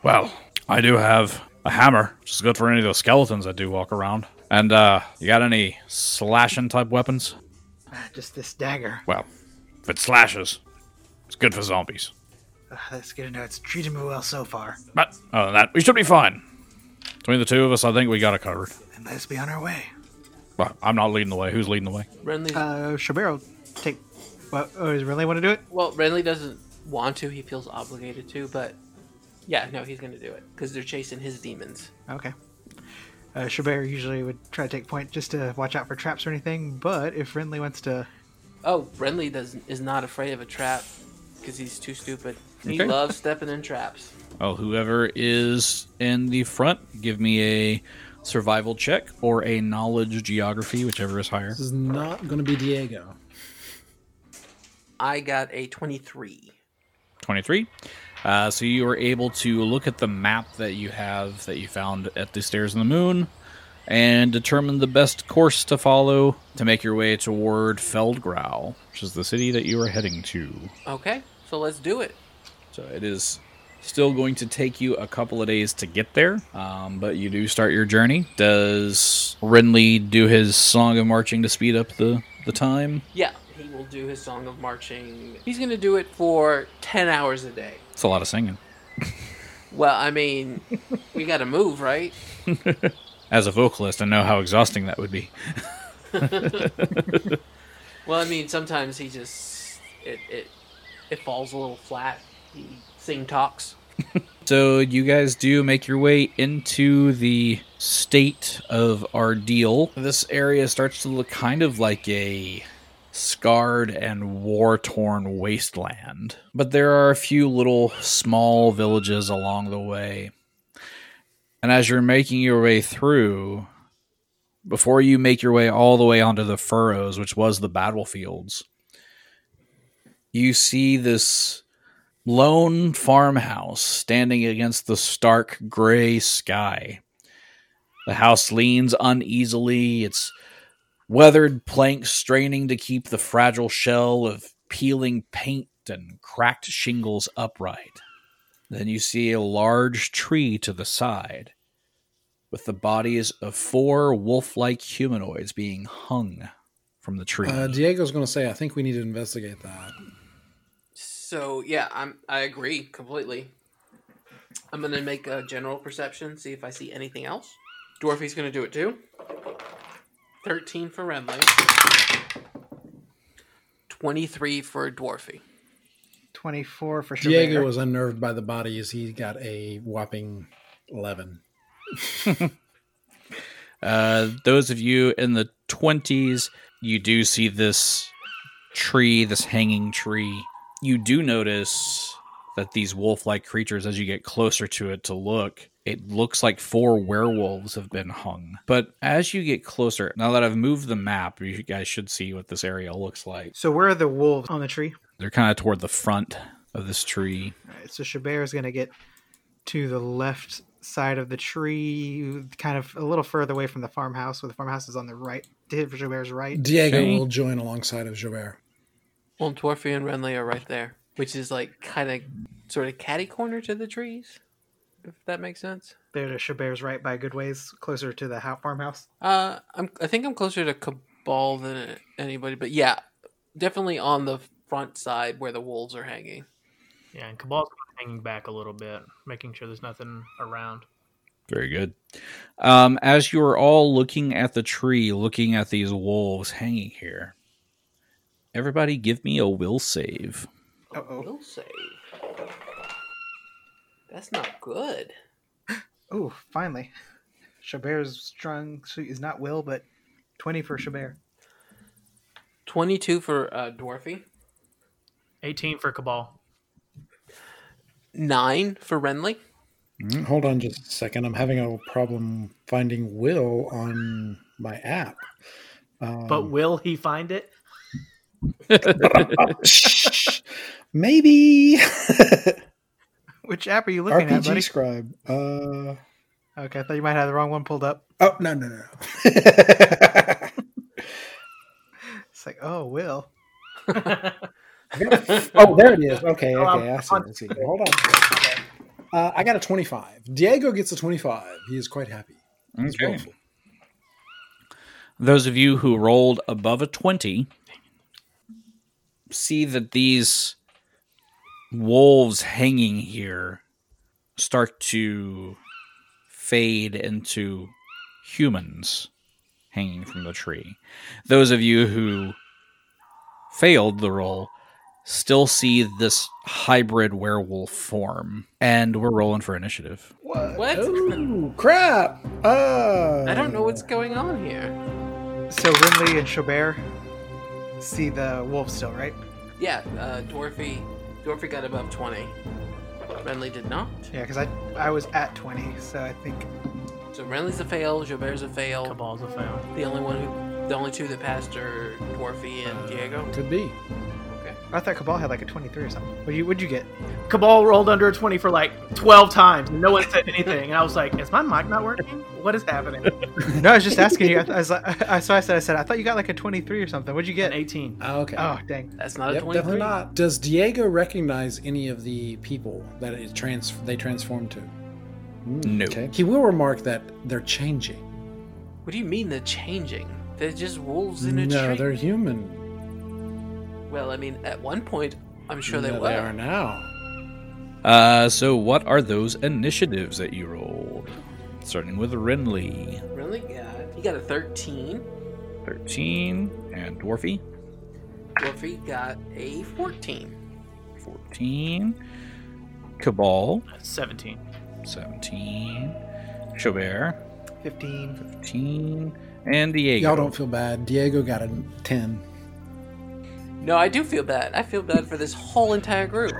Speaker 3: Well, I do have a hammer, which is good for any of those skeletons that do walk around. And uh you got any slashing type weapons?
Speaker 4: Ah, Just this dagger.
Speaker 3: Well, if it slashes, it's good for zombies.
Speaker 4: Ah, that's good to know. It's treated me well so far.
Speaker 3: But other than that, we should be fine. Between the two of us, I think we got it covered.
Speaker 4: And let's be on our way.
Speaker 3: But I'm not leading the way. Who's leading the way?
Speaker 1: Renly.
Speaker 4: Uh, Chaubert will take. What? Oh, does really want to do it?
Speaker 1: well, Renly doesn't want to. He feels obligated to. But yeah, no, he's gonna do it because they're chasing his demons.
Speaker 4: Okay. Uh, Chabert usually would try to take point just to watch out for traps or anything, but if Renly wants to,
Speaker 1: Oh, Renly doesn't is not afraid of a trap because he's too stupid. He
Speaker 3: Okay.
Speaker 1: loves stepping in traps.
Speaker 3: Oh, whoever is in the front, give me a survival check or a knowledge geography, whichever is higher.
Speaker 5: This is not going to be Diego.
Speaker 1: I got a twenty-three.
Speaker 3: 23. Uh, so you were able to look at the map that you have that you found at the Stairs in the Moon and determine the best course to follow to make your way toward Feldgrau, which is the city that you are heading to.
Speaker 1: Okay, so let's do it.
Speaker 3: So it is still going to take you a couple of days to get there, um, but you do start your journey. Does Renly do his song of marching to speed up the, the time?
Speaker 1: Yeah, he will do his song of marching. He's gonna do it for ten hours a day.
Speaker 3: It's a lot of singing.
Speaker 1: Well, I mean, we got to move, right?
Speaker 3: As a vocalist, I know how exhausting that would be.
Speaker 1: Well, I mean, sometimes he just it it it falls a little flat. He sing talks.
Speaker 3: So you guys do make your way into the state of Ardeal. This area starts to look kind of like a scarred and war-torn wasteland. But there are a few little small villages along the way. And as you're making your way through, before you make your way all the way onto the furrows, which was the battlefields, you see this lone farmhouse standing against the stark gray sky. The house leans uneasily, its weathered planks straining to keep the fragile shell of peeling paint and cracked shingles upright. Then you see a large tree to the side, with the bodies of four wolf like humanoids being hung from the tree.
Speaker 5: Uh, Diego's going to say, I think we need to investigate that.
Speaker 1: So yeah, I'm I agree completely. I'm gonna make a general perception, see if I see anything else. Dwarfy's gonna do it too. Thirteen for Renly. 23 for Dwarfy.
Speaker 4: 24 for sure.
Speaker 5: Diego was unnerved by the bodies. He got a whopping 11.
Speaker 3: Uh, those of you in the 20s, you do see this tree, this hanging tree. You do notice that these wolf like creatures, as you get closer to it to look, it looks like four werewolves have been hung. But as you get closer, now that I've moved the map, you guys should see what this area looks like.
Speaker 4: So where are the wolves on the tree?
Speaker 3: They're kind of toward the front of this tree.
Speaker 4: All right, so Chabert is going to get to the left side of the tree, kind of a little further away from the farmhouse, where the farmhouse is on the right. Hit for Chabert's right.
Speaker 5: Diego
Speaker 3: Okay.
Speaker 5: will join alongside of Javert.
Speaker 1: Well, Dwarfy and Renly are right there, which is like kind of sort of catty corner to the trees, if that makes sense.
Speaker 4: There to Chabert's right by a good ways, closer to the ho- farmhouse.
Speaker 1: Uh, I'm, I think I'm closer to Cabal than anybody, but yeah, definitely on the front side where the wolves are hanging.
Speaker 2: Yeah, and Cabal's hanging back a little bit, making sure there's nothing around.
Speaker 3: Very good. Um, as you are all looking at the tree, looking at these wolves hanging here, everybody give me a will save.
Speaker 4: Uh-oh.
Speaker 1: Will save. That's not good.
Speaker 4: Oh, finally. Chabert's strong suit is not will, but 20 for Chabert.
Speaker 1: 22 for uh, Dwarfy,
Speaker 2: 18 for Cabal.
Speaker 1: 9 for Renly.
Speaker 5: Hold on just a second. I'm having a problem finding Will on my app. Um,
Speaker 2: But will he find it?
Speaker 5: maybe
Speaker 4: Which app are you looking at, buddy?
Speaker 5: RPG Scribe. Uh,
Speaker 4: Okay, I thought you might have the wrong one pulled up.
Speaker 5: oh no no no.
Speaker 4: It's like, oh, will.
Speaker 5: <laughs> oh, there it is. Okay,
Speaker 2: No, I'm-
Speaker 5: okay, I see. I see. Hold on. Uh, I got a 25. Diego gets a 25. He is quite happy. He's
Speaker 3: Okay.
Speaker 5: willful.
Speaker 3: Those of you who rolled above a 20 see that these wolves hanging here start to fade into humans hanging from the tree. Those of you who failed the roll still see this hybrid werewolf form. And we're rolling for initiative.
Speaker 5: What?
Speaker 1: What?
Speaker 5: Oh, crap. Uh,
Speaker 1: I don't know what's going on here.
Speaker 4: So Rinley and Chabert see the wolf still, right?
Speaker 1: Yeah, uh, Dwarfy, Dwarfy got above 20. Renly did not.
Speaker 4: Yeah, because I, I was at 20, so I think.
Speaker 1: So Renly's a fail, Jobert's a fail.
Speaker 2: Cabal's a fail.
Speaker 1: The only one who, the only two that passed are Dwarfy and Diego.
Speaker 5: Could be.
Speaker 4: I thought Cabal had like a 23 or something. What'd you, what'd you get?
Speaker 2: Cabal rolled under a 20 for like 12 times. and No one said anything. And I was like, is my mic not working? What is happening?
Speaker 4: No, I was just asking you. I, I was like, <laughs> I, so I said, I said, I thought you got like a 23 or something. What'd you
Speaker 2: An <laughs>
Speaker 4: get?
Speaker 2: 18.
Speaker 5: Ah, Okay.
Speaker 4: Oh, dang.
Speaker 1: That's not a
Speaker 5: Yep,
Speaker 1: 23.
Speaker 5: definitely not. Does Diego recognize any of the people that it trans they transform to? Mm,
Speaker 3: No.
Speaker 5: He will remark that they're changing.
Speaker 1: What do you mean they're changing? They're just wolves in a
Speaker 5: no,
Speaker 1: tree.
Speaker 5: they're human.
Speaker 1: Well, I mean, at one point, I'm sure they
Speaker 5: No,
Speaker 1: were.
Speaker 5: They are now.
Speaker 3: Uh, so what are those initiatives that you rolled? Starting with Renly,
Speaker 1: Really? Yeah. He got a 13.
Speaker 3: thirteen, and Dwarfy,
Speaker 1: Dwarfy got a 14.
Speaker 3: fourteen, Cabal,
Speaker 2: Uh, 17.
Speaker 3: seventeen, Chaubert,
Speaker 4: 15.
Speaker 3: fifteen, and Diego.
Speaker 5: Y'all don't feel bad. Diego got a
Speaker 3: <laughs>
Speaker 5: ten.
Speaker 1: No, I do feel bad. I feel bad for this whole entire group.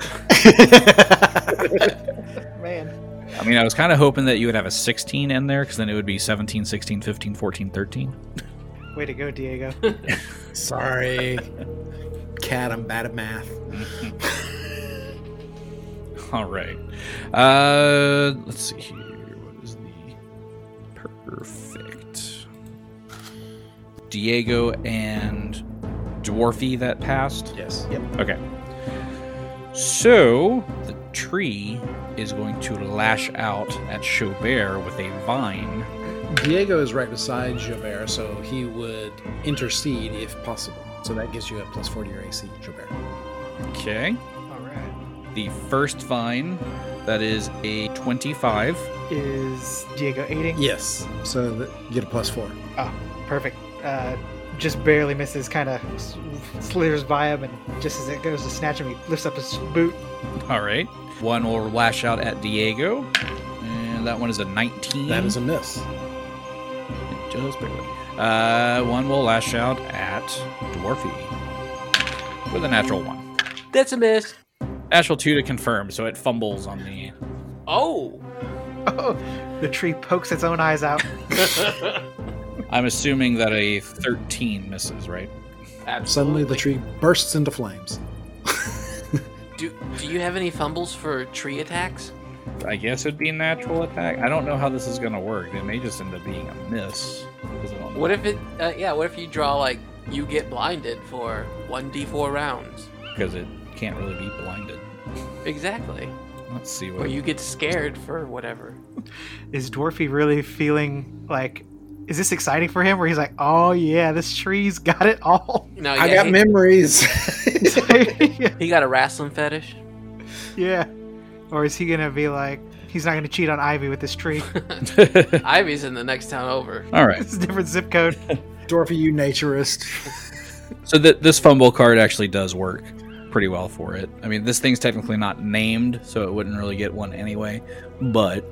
Speaker 4: Man.
Speaker 3: I mean, I was kind of hoping that you would have a sixteen in there, because then it would be 17, 16, 15, 14, 13.
Speaker 4: Way to go, Diego.
Speaker 5: Sorry, <laughs> cat. I'm bad at math.
Speaker 3: All right. Uh, let's see here. What is the perfect? Diego and Dwarfy that passed.
Speaker 5: Yes.
Speaker 3: Okay. So the tree is going to lash out at Chaubert with a vine.
Speaker 5: Diego is right beside Javert, so he would intercede if possible. So that gives you a plus forty to your AC, Javert.
Speaker 3: Okay.
Speaker 4: All right.
Speaker 3: The first vine, that is a 25.
Speaker 4: Is Diego aiding?
Speaker 5: Yes. So that, you get a plus four.
Speaker 4: Perfect. Uh, just barely misses, kind of slithers by him, and just as it goes to snatch him, he lifts up his boot.
Speaker 3: All right. One will lash out at Diego. And that one is a 19.
Speaker 5: That is a miss.
Speaker 3: Just barely. Uh, one will lash out at Dwarfy with a natural one.
Speaker 1: That's a miss.
Speaker 3: Natural two to confirm, so it fumbles on the.
Speaker 1: Oh,
Speaker 4: Oh, the tree pokes its own eyes out.
Speaker 3: I'm assuming that a 13 misses, right?
Speaker 5: Suddenly,
Speaker 1: absolutely.
Speaker 5: the tree bursts into flames.
Speaker 1: Do, do you have any fumbles for tree attacks?
Speaker 3: I guess it'd be a natural attack. I don't know how this is going to work. It may just end up being a miss. 'cause I don't know.
Speaker 1: What if it? Uh, yeah. What if you draw like you get blinded for one d4 rounds?
Speaker 3: because it can't really be blinded.
Speaker 1: Exactly.
Speaker 3: Let's see
Speaker 1: Or
Speaker 3: what
Speaker 1: you get scared for whatever.
Speaker 4: Is Dwarfy really feeling like? Is this exciting for him? Where he's like, "Oh yeah, this tree's got it all." <laughs>
Speaker 1: No,
Speaker 5: I
Speaker 1: yeah,
Speaker 5: got
Speaker 1: he,
Speaker 5: memories. <laughs>
Speaker 1: he got a wrestling fetish.
Speaker 4: yeah. Or is he gonna be like, he's not gonna cheat on Ivy with this tree? <laughs>
Speaker 1: Ivy's in the next town over.
Speaker 3: <laughs> All right.
Speaker 4: it's a different zip code.
Speaker 5: Dorothy, you naturist.
Speaker 3: So th- this fumble card actually does work pretty well for it. I mean, this thing's technically not named, so it wouldn't really get one anyway. But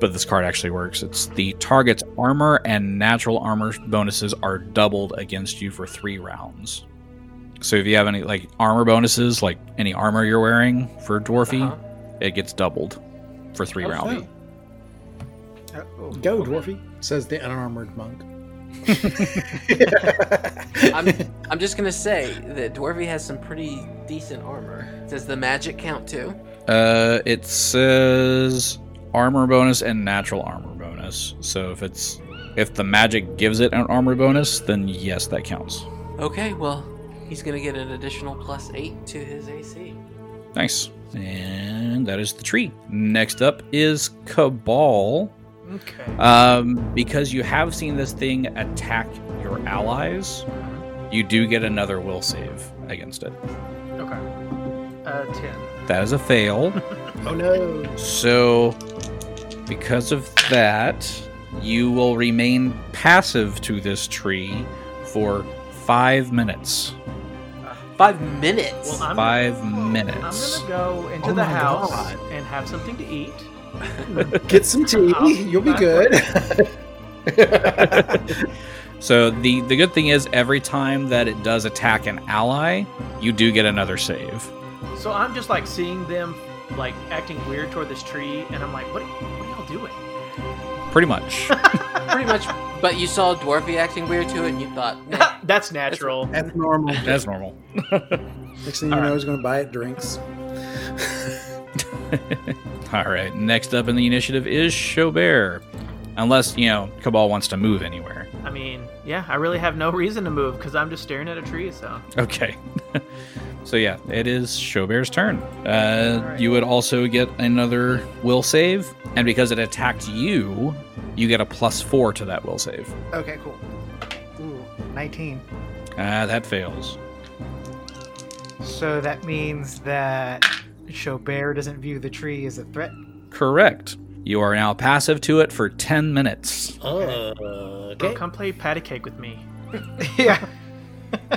Speaker 3: but this card actually works. It's the target's armor and natural armor bonuses are doubled against you for 3 rounds. So if you have any like armor bonuses, like any armor you're wearing for dwarfy,
Speaker 1: Uh-huh.
Speaker 3: it gets doubled for 3
Speaker 5: Oh,
Speaker 3: rounds.
Speaker 5: Uh,
Speaker 4: Uh-oh.
Speaker 5: Go, Dwarfy, says the unarmored <laughs> monk.
Speaker 1: I'm, I'm just gonna say that Dwarvy has some pretty decent armor. Does the magic count too?
Speaker 3: Uh, it says armor bonus and natural armor bonus. So if it's if the magic gives it an armor bonus, then yes, that counts.
Speaker 1: Okay, well, he's gonna get an additional plus eight to his AC.
Speaker 3: Nice. And that is the tree. Next up is Cabal.
Speaker 2: Okay.
Speaker 3: Um, because you have seen this thing attack your allies, you do get another will save against it.
Speaker 2: Okay. Uh, ten.
Speaker 3: That is a fail.
Speaker 5: Oh no.
Speaker 3: So, because of that, you will remain passive to this tree for five minutes.
Speaker 1: Five minutes.
Speaker 2: Well, I'm
Speaker 3: Five
Speaker 2: I'm
Speaker 3: minutes.
Speaker 2: gonna go into
Speaker 5: Oh
Speaker 2: the
Speaker 5: my
Speaker 2: house
Speaker 5: God.
Speaker 2: and have something to eat.
Speaker 5: Get some tea.
Speaker 2: I'll-
Speaker 5: You'll be good.
Speaker 2: <laughs>
Speaker 5: <laughs>
Speaker 3: So the the good thing is every time that it does attack an ally, you do get another save.
Speaker 2: So I'm just like seeing them like acting weird toward this tree, and I'm like, what? What are y'all doing?
Speaker 3: Pretty much.
Speaker 1: pretty <laughs> much. But you saw Dwarvy acting weird too, and you thought, <laughs> nah,
Speaker 2: That's natural.
Speaker 5: That's normal.
Speaker 3: That's normal.
Speaker 5: Next thing you
Speaker 2: All
Speaker 5: know,
Speaker 2: right.
Speaker 5: he's going to buy it drinks.
Speaker 3: All right. Next up in the initiative is Chaubert. Unless, you know, Cabal wants to move anywhere.
Speaker 2: I mean, yeah, I really have no reason to move because I'm just staring at a tree. So
Speaker 3: Okay. <laughs> so yeah, it is Showbear's turn. Uh,
Speaker 2: Alright.
Speaker 3: You would also get another will save, and because it attacked you, you get a plus four to that will save.
Speaker 4: Okay, cool. Ooh, 19.
Speaker 3: Uh, that fails.
Speaker 4: So that means that Chaubert doesn't view the tree as a threat. <laughs>
Speaker 3: Correct. You are now passive to it for ten minutes.
Speaker 2: bro, come play patty cake with me.
Speaker 4: yeah.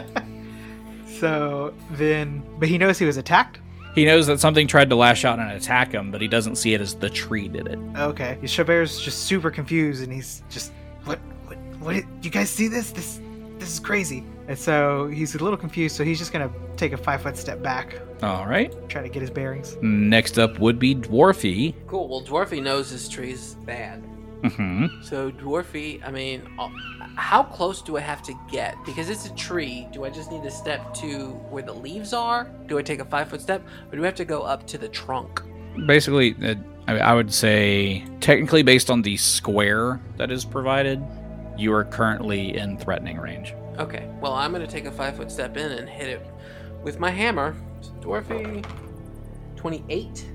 Speaker 4: <laughs> so then, but he knows he was attacked.
Speaker 3: He knows that something tried to lash out and attack him, but he doesn't see it as the tree did it.
Speaker 4: Okay. Chaubert's just super confused, and he's just, what, what, what? i- You guys see this? This, this is crazy. And so he's a little confused. So he's just gonna take a five foot step back,
Speaker 3: All right.
Speaker 4: try to get his bearings.
Speaker 3: Next up would be Dwarfy.
Speaker 1: cool. Well, Dwarvy knows his tree's bad.
Speaker 3: hmm
Speaker 1: So Dwarfy, I mean, uh, how close do I have to get? Because it's a tree. Do I just need to step to where the leaves are? Do I take a five foot step, or do I have to go up to the trunk?
Speaker 3: basically uh, I, I would say technically based on the square that is provided you are currently in threatening range
Speaker 1: Okay. Well, I'm gonna take a five foot step in and hit it with my hammer. So Dwarfy, twenty eight.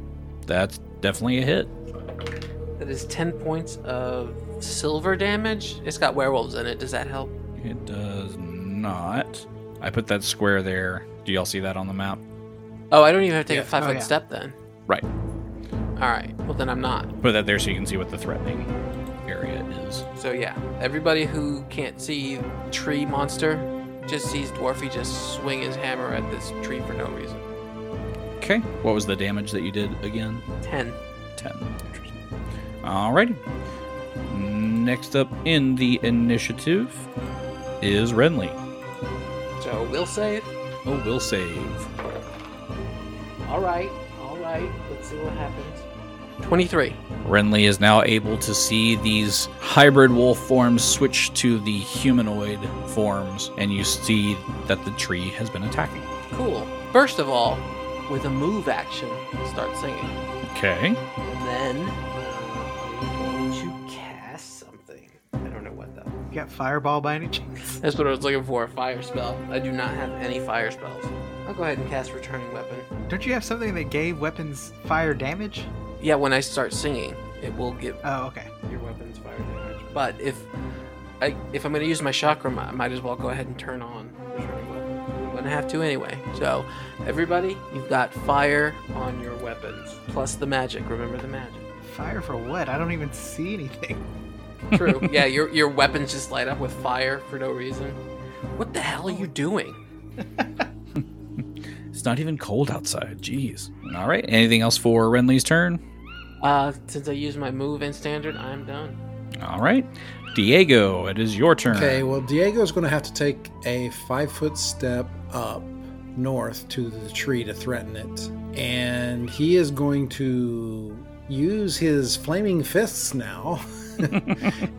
Speaker 3: that's definitely a hit
Speaker 1: That is ten points of silver damage. It's got werewolves in it. Does that help?
Speaker 3: it does not i put that square there do y'all see that on the map
Speaker 1: Oh, I don't even have to take a five
Speaker 4: Oh,
Speaker 1: foot
Speaker 4: yeah.
Speaker 1: step then.
Speaker 3: Right.
Speaker 1: All right. Well, then I'm not.
Speaker 3: put that there so you can see what the threatening area is.
Speaker 1: So yeah, everybody who can't see tree monster just sees Dwarfy just swing his hammer at this tree for no reason.
Speaker 3: Okay. What was the damage that you did again?
Speaker 1: Ten.
Speaker 3: 10. Interesting. Alrighty. Next up in the initiative is Renly.
Speaker 1: So we'll save.
Speaker 3: Oh, will save.
Speaker 1: All right, all right. Let's see what happens. Twenty-three.
Speaker 3: Renly is now able to see these hybrid wolf forms switch to the humanoid forms, and you see that the tree has been attacking.
Speaker 1: Cool. First of all, with a move action, start singing.
Speaker 3: Okay.
Speaker 1: And then I'm going to cast something. I don't know what though.
Speaker 4: You got fireball by any chance?
Speaker 1: That's what I was looking for. A fire spell. I do not have any fire spells. I'll go ahead and cast returning weapon.
Speaker 4: Don't you have something that gave weapons fire damage?
Speaker 1: Yeah, when I start singing, it will give
Speaker 4: Oh, okay.
Speaker 1: your weapons fire damage. But if I, if I'm going to use my chakra, I might as well go ahead and turn on returning weapon. I'm going to have to anyway. So, everybody, you've got fire on your weapons plus the magic. Remember the magic.
Speaker 4: Fire for what? I don't even see anything.
Speaker 1: True. yeah, your your weapons just light up with fire for no reason. What the hell are you doing?
Speaker 3: It's not even cold outside. Jeez. All right. Anything else for Renly's turn?
Speaker 1: Uh, since I used my move and standard, I'm done.
Speaker 3: All right. Diego, it is your turn.
Speaker 5: Okay, well, Diego's going to have to take a five foot step up north to the tree to threaten it. And he is going to use his flaming fists now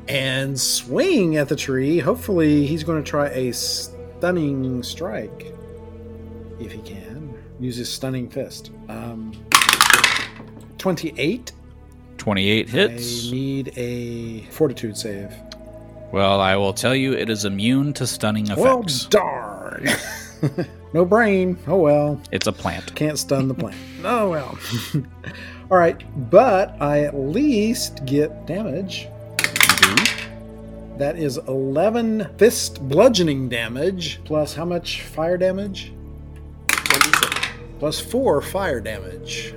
Speaker 5: and swing at the tree. Hopefully, he's going to try a stunning strike if he can. Use his stunning fist. Um, 28.
Speaker 3: 28
Speaker 5: I
Speaker 3: hits.
Speaker 5: need a fortitude save.
Speaker 3: Well, I will tell you, it is immune to stunning
Speaker 5: Well,
Speaker 3: effects.
Speaker 5: darn. no brain. Oh well.
Speaker 3: It's a plant.
Speaker 5: Can't stun the plant. oh well. All right, but I at least get damage. That is 11 fist bludgeoning damage plus how much fire damage?
Speaker 1: 27.
Speaker 5: Plus 4 fire damage.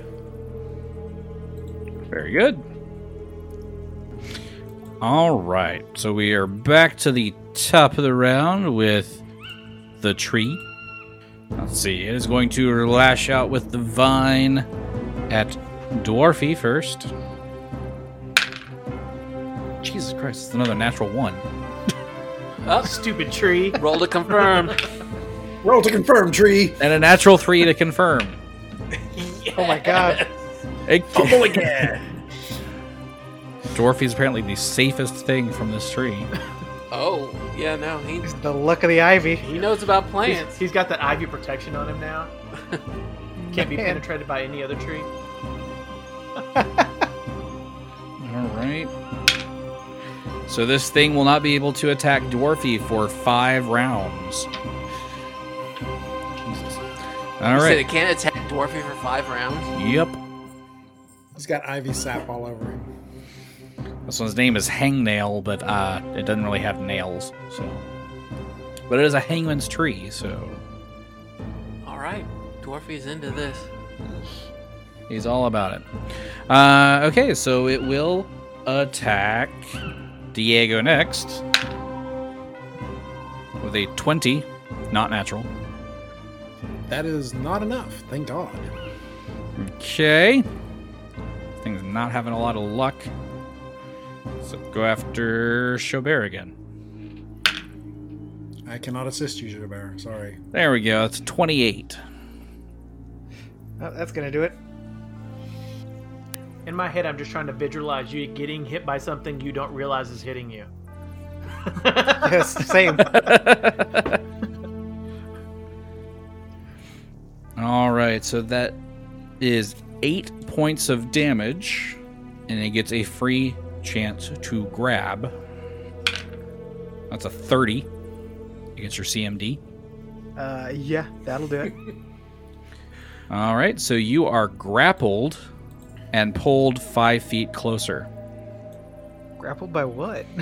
Speaker 3: Very good. All right. So we are back to the top of the round with the tree. Let's see. It is going to lash out with the vine at Dwarfy first. Jesus Christ, it's another natural one.
Speaker 2: <laughs> Stupid tree.
Speaker 1: Oh, Roll to confirm.
Speaker 5: Roll to confirm, tree.
Speaker 3: And a natural three to confirm.
Speaker 4: Oh my god.
Speaker 3: It-
Speaker 5: Fumble again.
Speaker 3: Dwarfy is apparently the safest thing from this tree.
Speaker 1: oh, yeah, no, he
Speaker 4: It's the luck of the ivy.
Speaker 1: he knows about
Speaker 2: He's-
Speaker 1: plants.
Speaker 2: he's got that ivy protection on him now. Can't be
Speaker 4: Man.
Speaker 2: penetrated by any other tree.
Speaker 3: All right. So this thing will not be able to attack Dwarfy for five rounds. Jesus. All
Speaker 1: You said
Speaker 3: right.
Speaker 1: it can't attack Dwarfy for five rounds.
Speaker 3: Yep.
Speaker 5: He's got ivy sap all over him.
Speaker 3: This one's name is Hangnail, but uh, it doesn't really have nails, so. But it is a hangman's tree, so
Speaker 1: All right, Dwarfy's into this.
Speaker 3: he's all about it. Uh, okay, so it will attack Diego next with a twenty, not natural.
Speaker 5: That is not enough. Thank God.
Speaker 3: Okay. Thing's not having a lot of luck. So go after Chaubert again.
Speaker 5: I cannot assist you, Jabbar. Sorry.
Speaker 3: There we go. It's 28.
Speaker 4: Oh, that's gonna do it.
Speaker 2: In my head, I'm just trying to visualize you getting hit by something you don't realize is hitting you.
Speaker 4: Yes, same.
Speaker 3: All right. So that is eight points of damage, and it gets a free chance to grab. That's a 30 against your CMD.
Speaker 4: Uh, yeah, that'll do it.
Speaker 3: All right, so you are grappled and pulled five feet closer.
Speaker 4: Grappled by what? <laughs>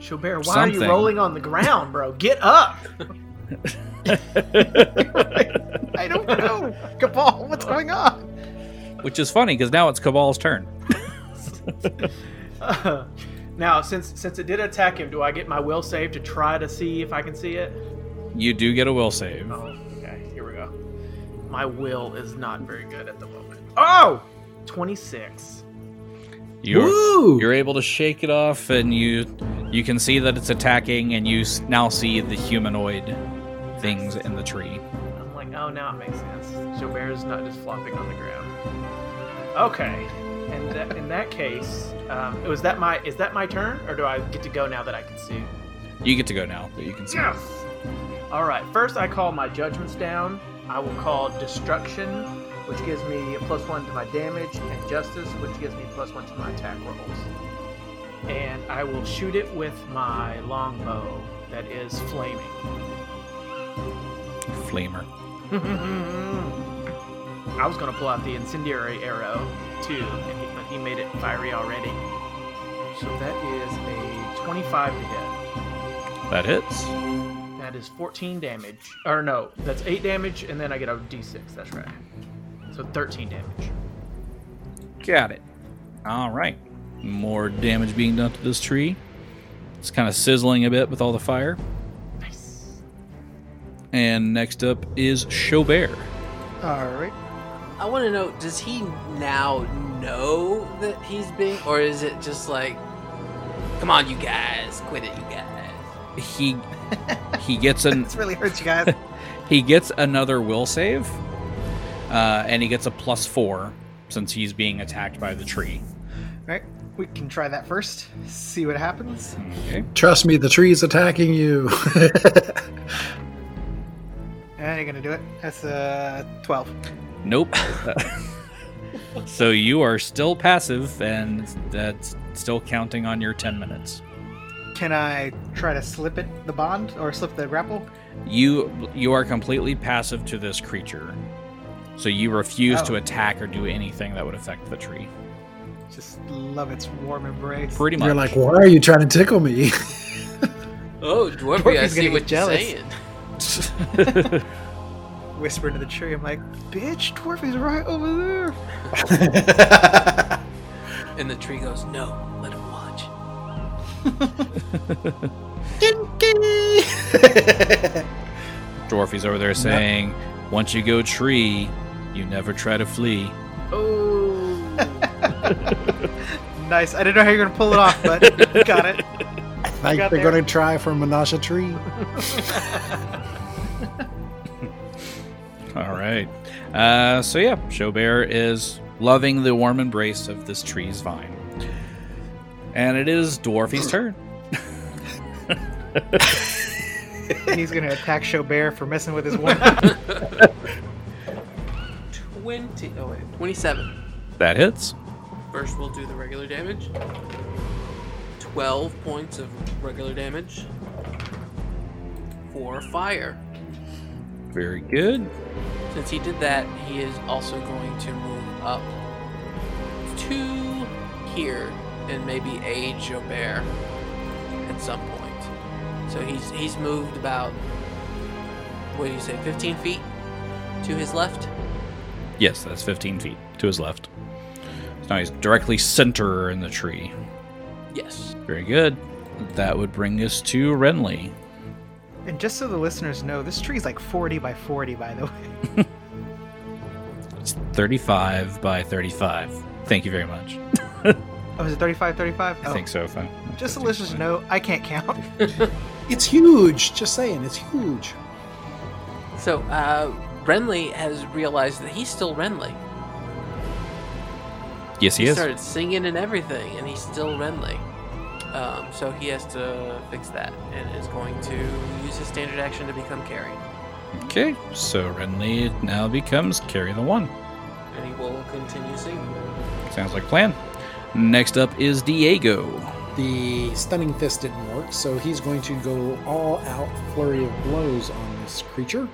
Speaker 2: Chaubert, why are
Speaker 3: Something.
Speaker 2: you rolling on the ground, bro? Get up! <laughs>
Speaker 4: I don't know. Cabal, what's going on?
Speaker 3: Which is funny because now it's Cabal's turn.
Speaker 2: now, since since it did attack him, do I get my will save to try to see if I can see it?
Speaker 3: You do get a will save.
Speaker 2: Oh, okay. Here we go. My will is not very good at the moment. Oh! 26.
Speaker 3: You're
Speaker 5: Woo!
Speaker 3: you're able to shake it off, and you you can see that it's attacking, and you s- now see the humanoid things in the tree.
Speaker 2: I'm like, oh, now it makes sense. Jobert is not just flopping on the ground. Okay. And that, in that case, um, was that my is that my turn, or do I get to go now that I can see?
Speaker 3: You get to go now, but you can see.
Speaker 2: Yes. All right. First, I call my judgments down. I will call destruction, which gives me a plus one to my damage, and justice, which gives me plus one to my attack rolls. And I will shoot it with my longbow that is flaming. <laughs>
Speaker 3: Flamer.
Speaker 2: I was gonna pull out the incendiary arrow too, and he, but he made it fiery already. So that is a 25 to hit.
Speaker 3: That hits.
Speaker 2: That is 14 damage. Or no, that's 8 damage, and then I get a d6. That's right. So 13 damage.
Speaker 3: Got it. All right. More damage being done to this tree. It's kind of sizzling a bit with all the fire.
Speaker 2: Nice.
Speaker 3: And next up is Chaubert.
Speaker 4: All right.
Speaker 1: I want to know does he now know that he's being, or is it just like, come on, you guys, quit it, you guys?
Speaker 3: <laughs> He he gets an
Speaker 4: This really hurts
Speaker 3: <laughs>
Speaker 4: you guys.
Speaker 3: he gets another will save, uh, and he gets a plus four since he's being attacked by the tree.
Speaker 4: right. We can try that first. See what happens.
Speaker 3: Okay.
Speaker 5: Trust me, the tree's attacking you. <laughs>
Speaker 4: And Eh, you're gonna do it. That's a twelve.
Speaker 3: Nope. so you are still passive, and that's still counting on your ten minutes.
Speaker 4: Can I try to slip it the bond or slip the grapple?
Speaker 3: You you are completely passive to this creature. So you refuse
Speaker 4: Oh.
Speaker 3: to attack or do anything that would affect the tree.
Speaker 4: Just love its warm embrace.
Speaker 3: Pretty much.
Speaker 5: You're like, why are you trying to tickle me? <laughs>
Speaker 1: Oh, Dwarfy, I
Speaker 4: Dwarfy's
Speaker 1: see
Speaker 4: gonna
Speaker 1: what you're
Speaker 4: get jealous.
Speaker 1: saying.
Speaker 4: Whisper into the tree. I'm like, bitch, dwarf is right over there.
Speaker 1: And the tree goes, no, let him watch.
Speaker 3: Dwarfy's over there saying, "Once you go tree, you never try to flee."
Speaker 1: <laughs>
Speaker 2: Oh.
Speaker 4: Nice. I didn't know how you're gonna pull it off, but
Speaker 3: <laughs>
Speaker 4: got it.
Speaker 5: I think
Speaker 4: got
Speaker 5: they're
Speaker 4: there.
Speaker 5: going to try for Menasha Tree.
Speaker 3: All right. Uh, so yeah, Chaubert is loving the warm embrace of this tree's vine, and it is Dwarfy's turn.
Speaker 4: He's gonna attack Chaubert for messing with his
Speaker 3: <laughs>
Speaker 4: warm.
Speaker 1: 20, oh wait, 27.
Speaker 3: That hits.
Speaker 1: First, we'll do the regular damage. 12 points of regular damage. For fire.
Speaker 3: Very good.
Speaker 1: Since he did that, he is also going to move up to here and maybe aid Jobert at some point. So he's he's moved about what do you say, 15 feet to his left.
Speaker 3: Yes, that's 15 feet to his left. So now he's directly center in the tree.
Speaker 1: Yes.
Speaker 3: Very good. That would bring us to Renly.
Speaker 4: and just so the listeners know, this tree's like 40 by 40, by the way.
Speaker 3: It's 35 by 35. Thank you very much.
Speaker 4: Oh, is it 35, 35?
Speaker 3: I
Speaker 4: oh.
Speaker 3: think so. If I,
Speaker 4: Just so the listeners know, I can't count.
Speaker 5: It's huge. Just saying, it's huge.
Speaker 1: So uh Renly has realized that he's still Renly.
Speaker 3: Yes, he, is.
Speaker 1: started singing and everything, and he's still Renly. Um, so he has to fix that, and is going to use his standard action to become Carrie.
Speaker 3: Okay, so Renly now becomes Carry the One.
Speaker 1: and he will continue singing.
Speaker 3: Sounds like a plan. Next up is Diego.
Speaker 5: The stunning fist didn't work, so he's going to go all out flurry of blows on this creature.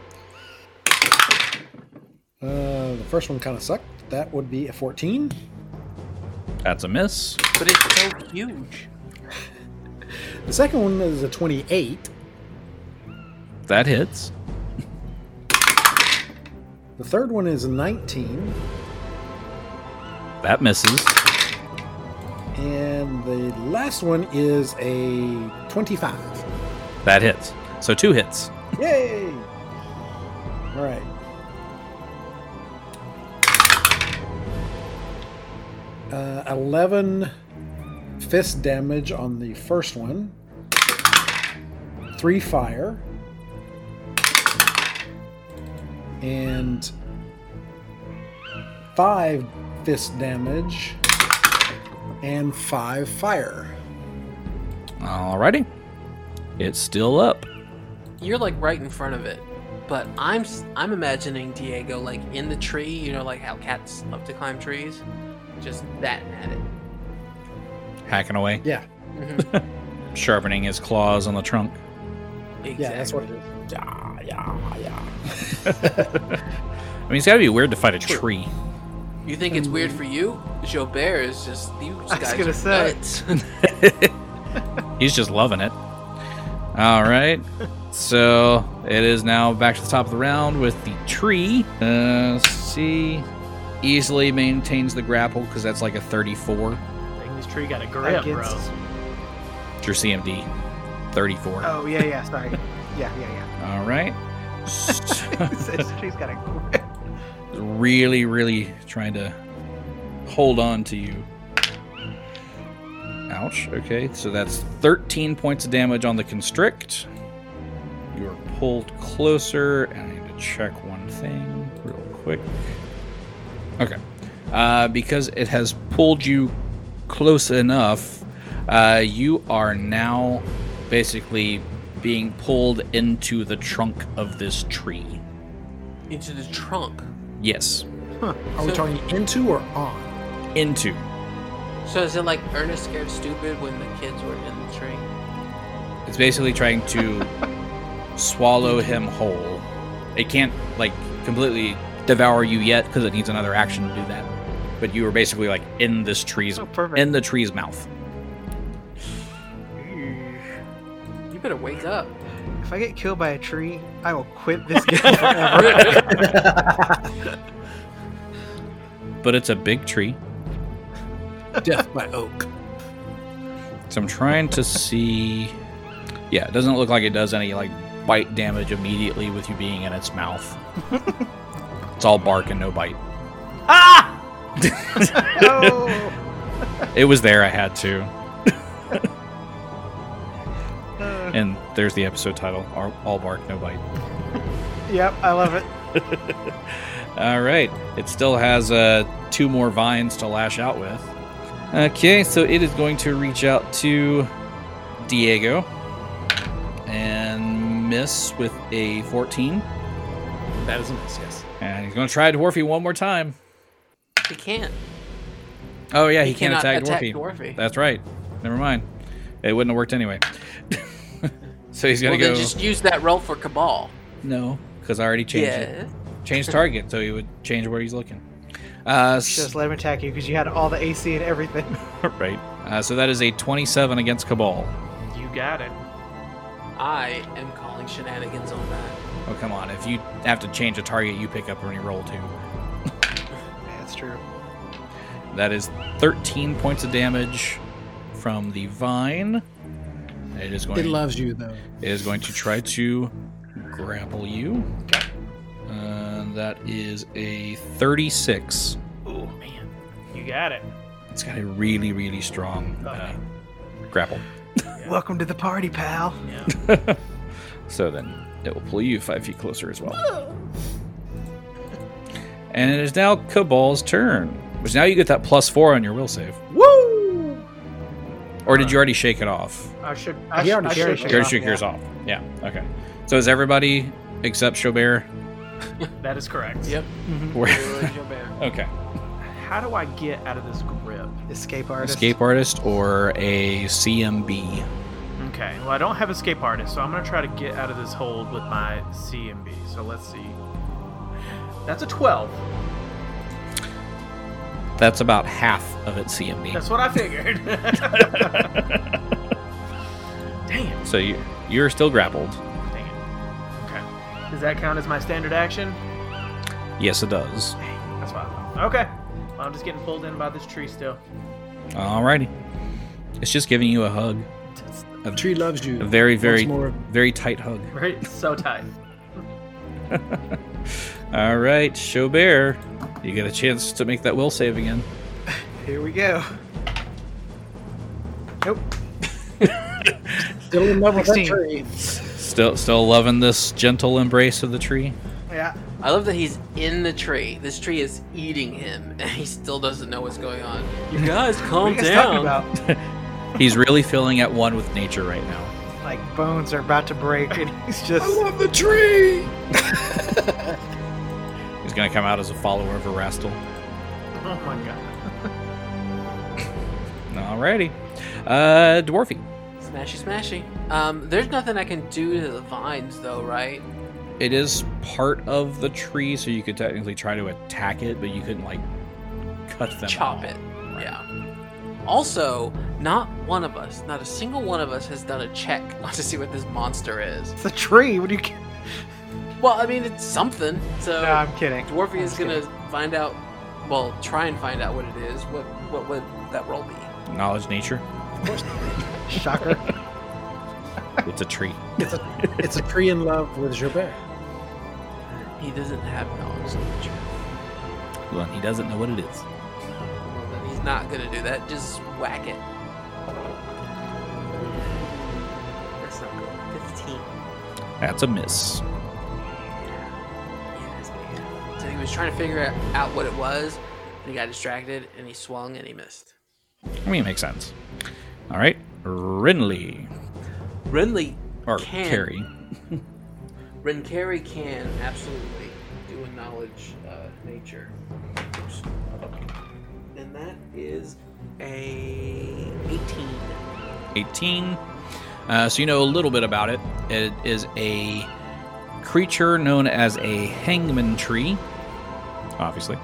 Speaker 5: Uh, the first one kind of sucked. That would be a 14.
Speaker 3: That's a miss.
Speaker 1: But it's so huge.
Speaker 5: The second one is a 28.
Speaker 3: That hits.
Speaker 5: The third one is a 19.
Speaker 3: That misses.
Speaker 5: And the last one is a 25.
Speaker 3: That hits. So two hits.
Speaker 5: Yay! All right. Uh, 11 fist damage on the first one, three fire, and five fist damage, and five fire.
Speaker 3: Alrighty. It's still up.
Speaker 1: You're like right in front of it, but I'm s- I'm imagining Diego like in the tree. You know, like how cats love to climb trees, just batting at it.
Speaker 3: Hacking away.
Speaker 1: Mhm.
Speaker 3: Sharpening his claws on the trunk.
Speaker 1: exactly.
Speaker 5: <laughs> Yeah, that's what it is. Yeah, yeah, yeah.
Speaker 3: I mean, it's got to be weird to fight a tree. <laughs>
Speaker 1: You think it's weird for you? Jobert is just these
Speaker 4: Hmm. was
Speaker 1: guys
Speaker 4: gonna
Speaker 1: are
Speaker 4: say.
Speaker 1: nuts.
Speaker 3: He's just loving it. All right. So it is now back to the top of the round with the tree. Uh, let's see. Easily maintains the grapple because that's like a 34.
Speaker 2: Dang, this tree got a grip, bro.
Speaker 4: Against-
Speaker 3: It's your CMD. 34.
Speaker 4: Oh yeah, yeah. Sorry. Yeah, yeah,
Speaker 3: All right. <laughs>
Speaker 4: yeah. This tree's got a grip.
Speaker 3: really, really trying to hold on to you. Ouch. Okay, so that's 13 points of damage on the constrict. You are pulled closer, and I need to check one thing real quick. Okay. Uh, because it has pulled you close enough, uh, you are now basically being pulled into the trunk of this tree.
Speaker 1: into the trunk.
Speaker 3: Yes.
Speaker 5: Are we
Speaker 1: So-
Speaker 5: talking into or on?
Speaker 3: Into.
Speaker 1: So is it like Ernest scared stupid when the kids were in the tree?
Speaker 3: It's basically trying
Speaker 4: <laughs>
Speaker 3: to swallow him whole. It can't like completely devour you yet because it needs another action to do that. But you were basically like in this tree's
Speaker 4: Oh, perfect.
Speaker 3: in the tree's mouth.
Speaker 1: You better wake up.
Speaker 4: If I get killed by a tree, I will quit this game forever.
Speaker 3: But it's a big tree,
Speaker 5: <laughs> Death by oak.
Speaker 3: so I'm trying to see. <laughs> Yeah, it doesn't look like it does any like bite damage immediately with you being in its
Speaker 4: <laughs>
Speaker 3: mouth. it's all bark and no bite.
Speaker 4: ah! No.
Speaker 3: It was there. I had
Speaker 4: <laughs>
Speaker 3: to.
Speaker 4: Uh,
Speaker 3: And there's the episode title: All- All Bark, No Bite.
Speaker 4: yep, I love it.
Speaker 3: All right. It still has uh, two more vines to lash out with. Okay, so it is going to reach out to Diego and miss with a 14.
Speaker 5: That is a miss, yes.
Speaker 3: And he's going to try Dwarfy one more time.
Speaker 1: He can't.
Speaker 3: Oh, yeah, he,
Speaker 1: He
Speaker 3: can't
Speaker 1: cannot attack
Speaker 3: attack, Dwarfy.
Speaker 1: Dwarfy.
Speaker 3: That's right. Never mind. It wouldn't have worked anyway. <laughs> so he's
Speaker 1: Well,
Speaker 3: going to
Speaker 1: then
Speaker 3: go.
Speaker 1: just use that roll for Cabal.
Speaker 3: No, because I already changed
Speaker 1: yeah.
Speaker 3: it. Changed target, so he would change where he's looking. Uh, s-
Speaker 4: Just let him attack you because you had all the AC and everything. <laughs>
Speaker 3: <laughs> right. Uh, so that is a 27 against Cabal.
Speaker 2: You got it.
Speaker 1: I am calling shenanigans on that.
Speaker 3: Oh come on! If you have to change a target, you pick up when you roll two.
Speaker 4: That's true.
Speaker 3: That is 13 points of damage from the vine. It is going.
Speaker 5: It loves you, though.
Speaker 3: it is going to try to grapple you. And that is a 36.
Speaker 2: Oh man, you got it.
Speaker 3: It's got a really, really strong uh, grapple.
Speaker 4: Welcome to the party, pal.
Speaker 2: Yeah.
Speaker 3: So then it will pull you five feet closer as well. And it is now Cabal's turn, which now you get that plus four on your will save.
Speaker 4: Woo!
Speaker 3: Or did you already shake it off?
Speaker 2: I should. I
Speaker 4: He
Speaker 2: should.
Speaker 4: already
Speaker 2: I
Speaker 4: shared
Speaker 2: should
Speaker 4: it.
Speaker 3: You already
Speaker 4: off,
Speaker 3: shook yours off. Yeah. Okay. So is everybody except Chaubert?
Speaker 2: That is correct.
Speaker 3: <laughs>
Speaker 1: Yep.
Speaker 3: Where-
Speaker 1: Leroy Jobert.
Speaker 3: okay.
Speaker 2: How do I get out of this grip?
Speaker 4: Escape artist.
Speaker 3: Escape artist or a CMB?
Speaker 2: Okay. Well, I don't have escape artist, so I'm gonna try to get out of this hold with my CMB. So let's see. That's a 12.
Speaker 3: That's about half of its CMB.
Speaker 2: That's what I figured. <laughs> Damn.
Speaker 3: So you you're still grappled.
Speaker 2: Dang it. Okay. Does that count as my standard action?
Speaker 3: Yes, it does.
Speaker 2: That's what I thought. Okay. Well, I'm just getting pulled in by this tree still. <laughs>
Speaker 3: Alrighty. It's just giving you a hug.
Speaker 5: The tree loves you.
Speaker 3: A very, very,
Speaker 5: Once more.
Speaker 3: very tight hug.
Speaker 2: Right? So tight.
Speaker 3: All right, Chaubert, you get a chance to make that will save again.
Speaker 4: Here we go. Nope.
Speaker 5: <laughs> Still in love with that
Speaker 4: 16.
Speaker 5: tree.
Speaker 3: Still, still loving this gentle embrace of the tree.
Speaker 4: Yeah.
Speaker 1: I love that he's in the tree. This tree is eating him, <laughs> and he still doesn't know what's going on.
Speaker 4: <laughs>
Speaker 1: You guys, calm
Speaker 4: what are you guys talking
Speaker 1: down.
Speaker 4: about?
Speaker 3: He's really feeling at one with nature right now.
Speaker 4: Like bones are about to break, and <laughs> he's
Speaker 5: <laughs>
Speaker 4: just
Speaker 5: I love the tree.
Speaker 3: He's gonna come out as a follower of Erastil.
Speaker 2: Oh my god.
Speaker 3: Alrighty, uh, Dwarfy,
Speaker 1: Smashy, smashy. Um, there's nothing I can do to the vines, though, right?
Speaker 3: it is part of the tree, so you could technically try to attack it, but you couldn't like cut them.
Speaker 1: Chop
Speaker 3: off.
Speaker 1: it. Yeah. Also, not one of us, not a single one of us, has done a check <laughs> to see what this monster is.
Speaker 4: it's a tree. What do you? ca-
Speaker 1: Well, I mean, it's something. So
Speaker 4: No, I'm kidding.
Speaker 1: Dwarfy
Speaker 4: I'm
Speaker 1: is
Speaker 4: just
Speaker 1: gonna
Speaker 4: kidding.
Speaker 1: find out. Well, try and find out what it is. What what would that roll be?
Speaker 3: Knowledge nature.
Speaker 4: shocker.
Speaker 3: It's a tree.
Speaker 5: It's a tree in love with Joubert.
Speaker 1: He doesn't have knowledge of nature.
Speaker 3: Well, he doesn't know what it is.
Speaker 1: Well, then he's not gonna do that. Just whack it. That's not good. Fifteen.
Speaker 3: That's a miss.
Speaker 1: Yes, man. So he was trying to figure out what it was, and he got distracted, and he swung, and he missed.
Speaker 3: I mean, it makes sense. All right, Rinley
Speaker 1: Renly
Speaker 3: or
Speaker 1: Can.
Speaker 3: Carrie.
Speaker 1: Renkari can absolutely do a knowledge uh, nature. Oops. And that is a 18.
Speaker 3: 18. Uh, so you know a little bit about it. It is a creature known as a hangman tree, obviously.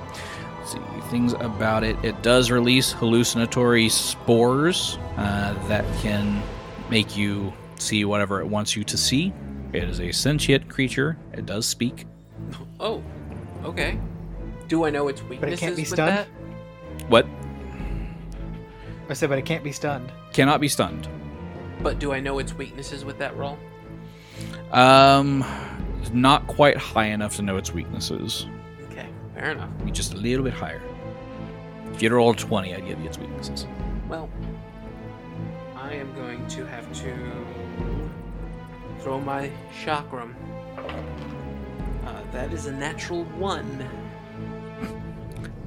Speaker 3: Let's see things about it. It does release hallucinatory spores uh, that can make you see whatever it wants you to see. It is a sentient creature. It does speak.
Speaker 1: Oh, okay. Do I know its weaknesses
Speaker 4: But it can't be
Speaker 1: with
Speaker 4: stunned.
Speaker 1: that?
Speaker 3: What
Speaker 4: I said, but it can't be stunned.
Speaker 3: cannot be stunned.
Speaker 1: But do I know its weaknesses with that roll?
Speaker 3: Um, not quite high enough to know its weaknesses.
Speaker 1: Okay, fair enough.
Speaker 3: Be just a little bit higher. If you'd rolled 20, I'd give you its weaknesses.
Speaker 1: Well, I am going to have to throw my chakram. Uh, that is a natural one.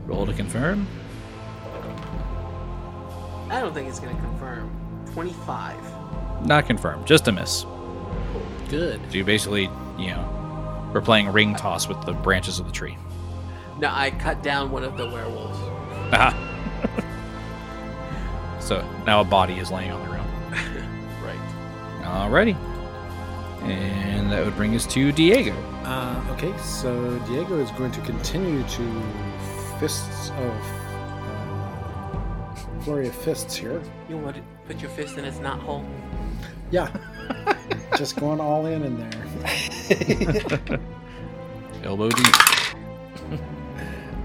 Speaker 3: Roll to confirm.
Speaker 1: I don't think it's going to confirm. 25.
Speaker 3: Not confirmed. Just a miss.
Speaker 5: Good.
Speaker 3: So you basically, you know, we're playing ring toss with the branches of the tree.
Speaker 1: No, I cut down one of the werewolves.
Speaker 3: Aha. <laughs> so now a body is laying on the ground.
Speaker 1: Right.
Speaker 3: Alrighty. And that would bring us to Diego.
Speaker 5: Uh, okay, so Diego is going to continue to fists of uh, flurry of fists here.
Speaker 1: You want to put your fist in its knot hole?
Speaker 5: <laughs> Yeah, just going all in in there. <laughs>
Speaker 3: Elbow deep.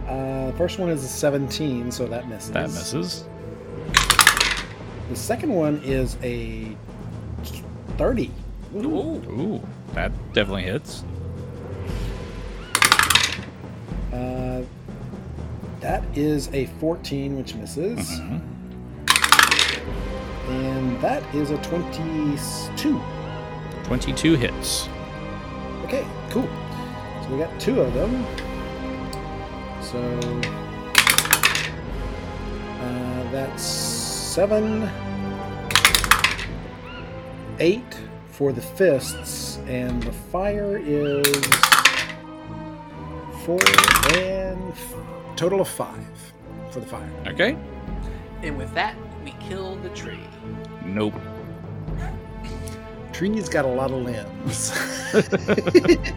Speaker 5: Uh, first one is a 17, so that misses.
Speaker 3: That misses.
Speaker 5: The second one is a 30. Ooh.
Speaker 1: Ooh.
Speaker 3: Ooh, that definitely hits.
Speaker 5: Uh, that is a 14, which misses.
Speaker 3: Mhm.
Speaker 5: And that is a 22.
Speaker 3: 22 hits.
Speaker 5: Okay, cool. So we got two of them. So uh, that's seven, eight for the fists, and the fire is four and f- total of five for the fire.
Speaker 3: Okay.
Speaker 1: And with that, we kill the tree.
Speaker 3: Nope.
Speaker 5: Tree's got a lot of limbs. <laughs>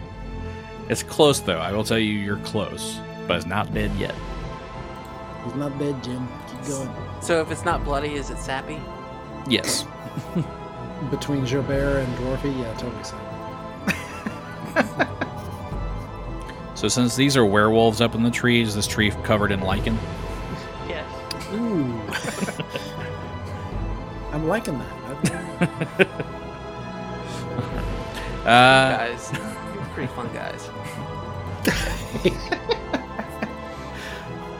Speaker 3: It's close though. I will tell you, you're close, but it's not dead yet.
Speaker 5: He's not dead, Jim. Keep going.
Speaker 1: So if it's not bloody, is it sappy?
Speaker 3: Yes.
Speaker 5: Between Jobert and Dwarfy, yeah, totally so.
Speaker 3: So since these are werewolves up in the trees, this tree covered in lichen.
Speaker 1: Yes.
Speaker 5: Ooh. <laughs> I'm liking that.
Speaker 1: <laughs>
Speaker 3: Uh,
Speaker 1: guys. You were pretty fun guys.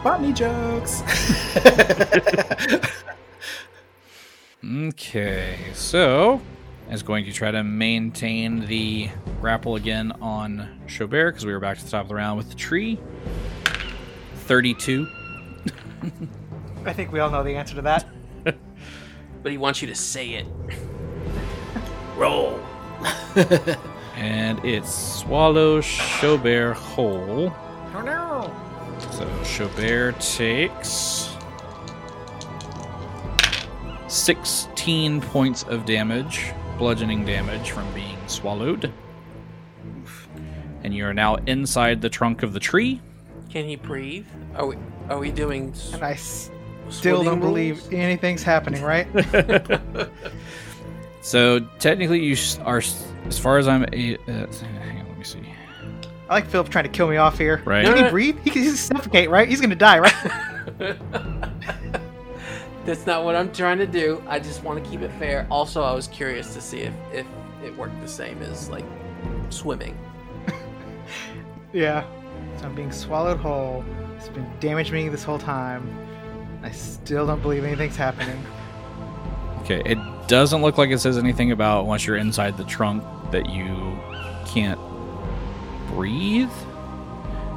Speaker 5: Botany <laughs> jokes.
Speaker 3: Okay, so is going to try to maintain the grapple again on Chaubert because we were back to the top of the round with the tree. 32.
Speaker 4: I think we all know the answer to that.
Speaker 1: But he wants you to say it.
Speaker 5: Roll.
Speaker 3: And it swallows Chaubert whole.
Speaker 4: Oh no!
Speaker 3: So Chaubert takes 16 points of damage, bludgeoning damage from being swallowed. And you are now inside the trunk of the tree.
Speaker 1: Can he breathe? Are we are we doing s-
Speaker 4: And I still don't believe anything's happening, <laughs> right?
Speaker 3: So technically, you s- are, s- as far as I'm, a- uh, hang on, let me see.
Speaker 4: I like Philip trying to kill me off here.
Speaker 3: Right.
Speaker 4: Can he breathe? He can he's suffocate, right? He's gonna die, right? <laughs>
Speaker 1: That's not what I'm trying to do. I just want to keep it fair. Also, I was curious to see if if it worked the same as like swimming.
Speaker 4: yeah. So I'm being swallowed whole. It's been damaging me this whole time. I still don't believe anything's happening.
Speaker 3: Okay, it doesn't look like it says anything about once you're inside the trunk that you can't breathe,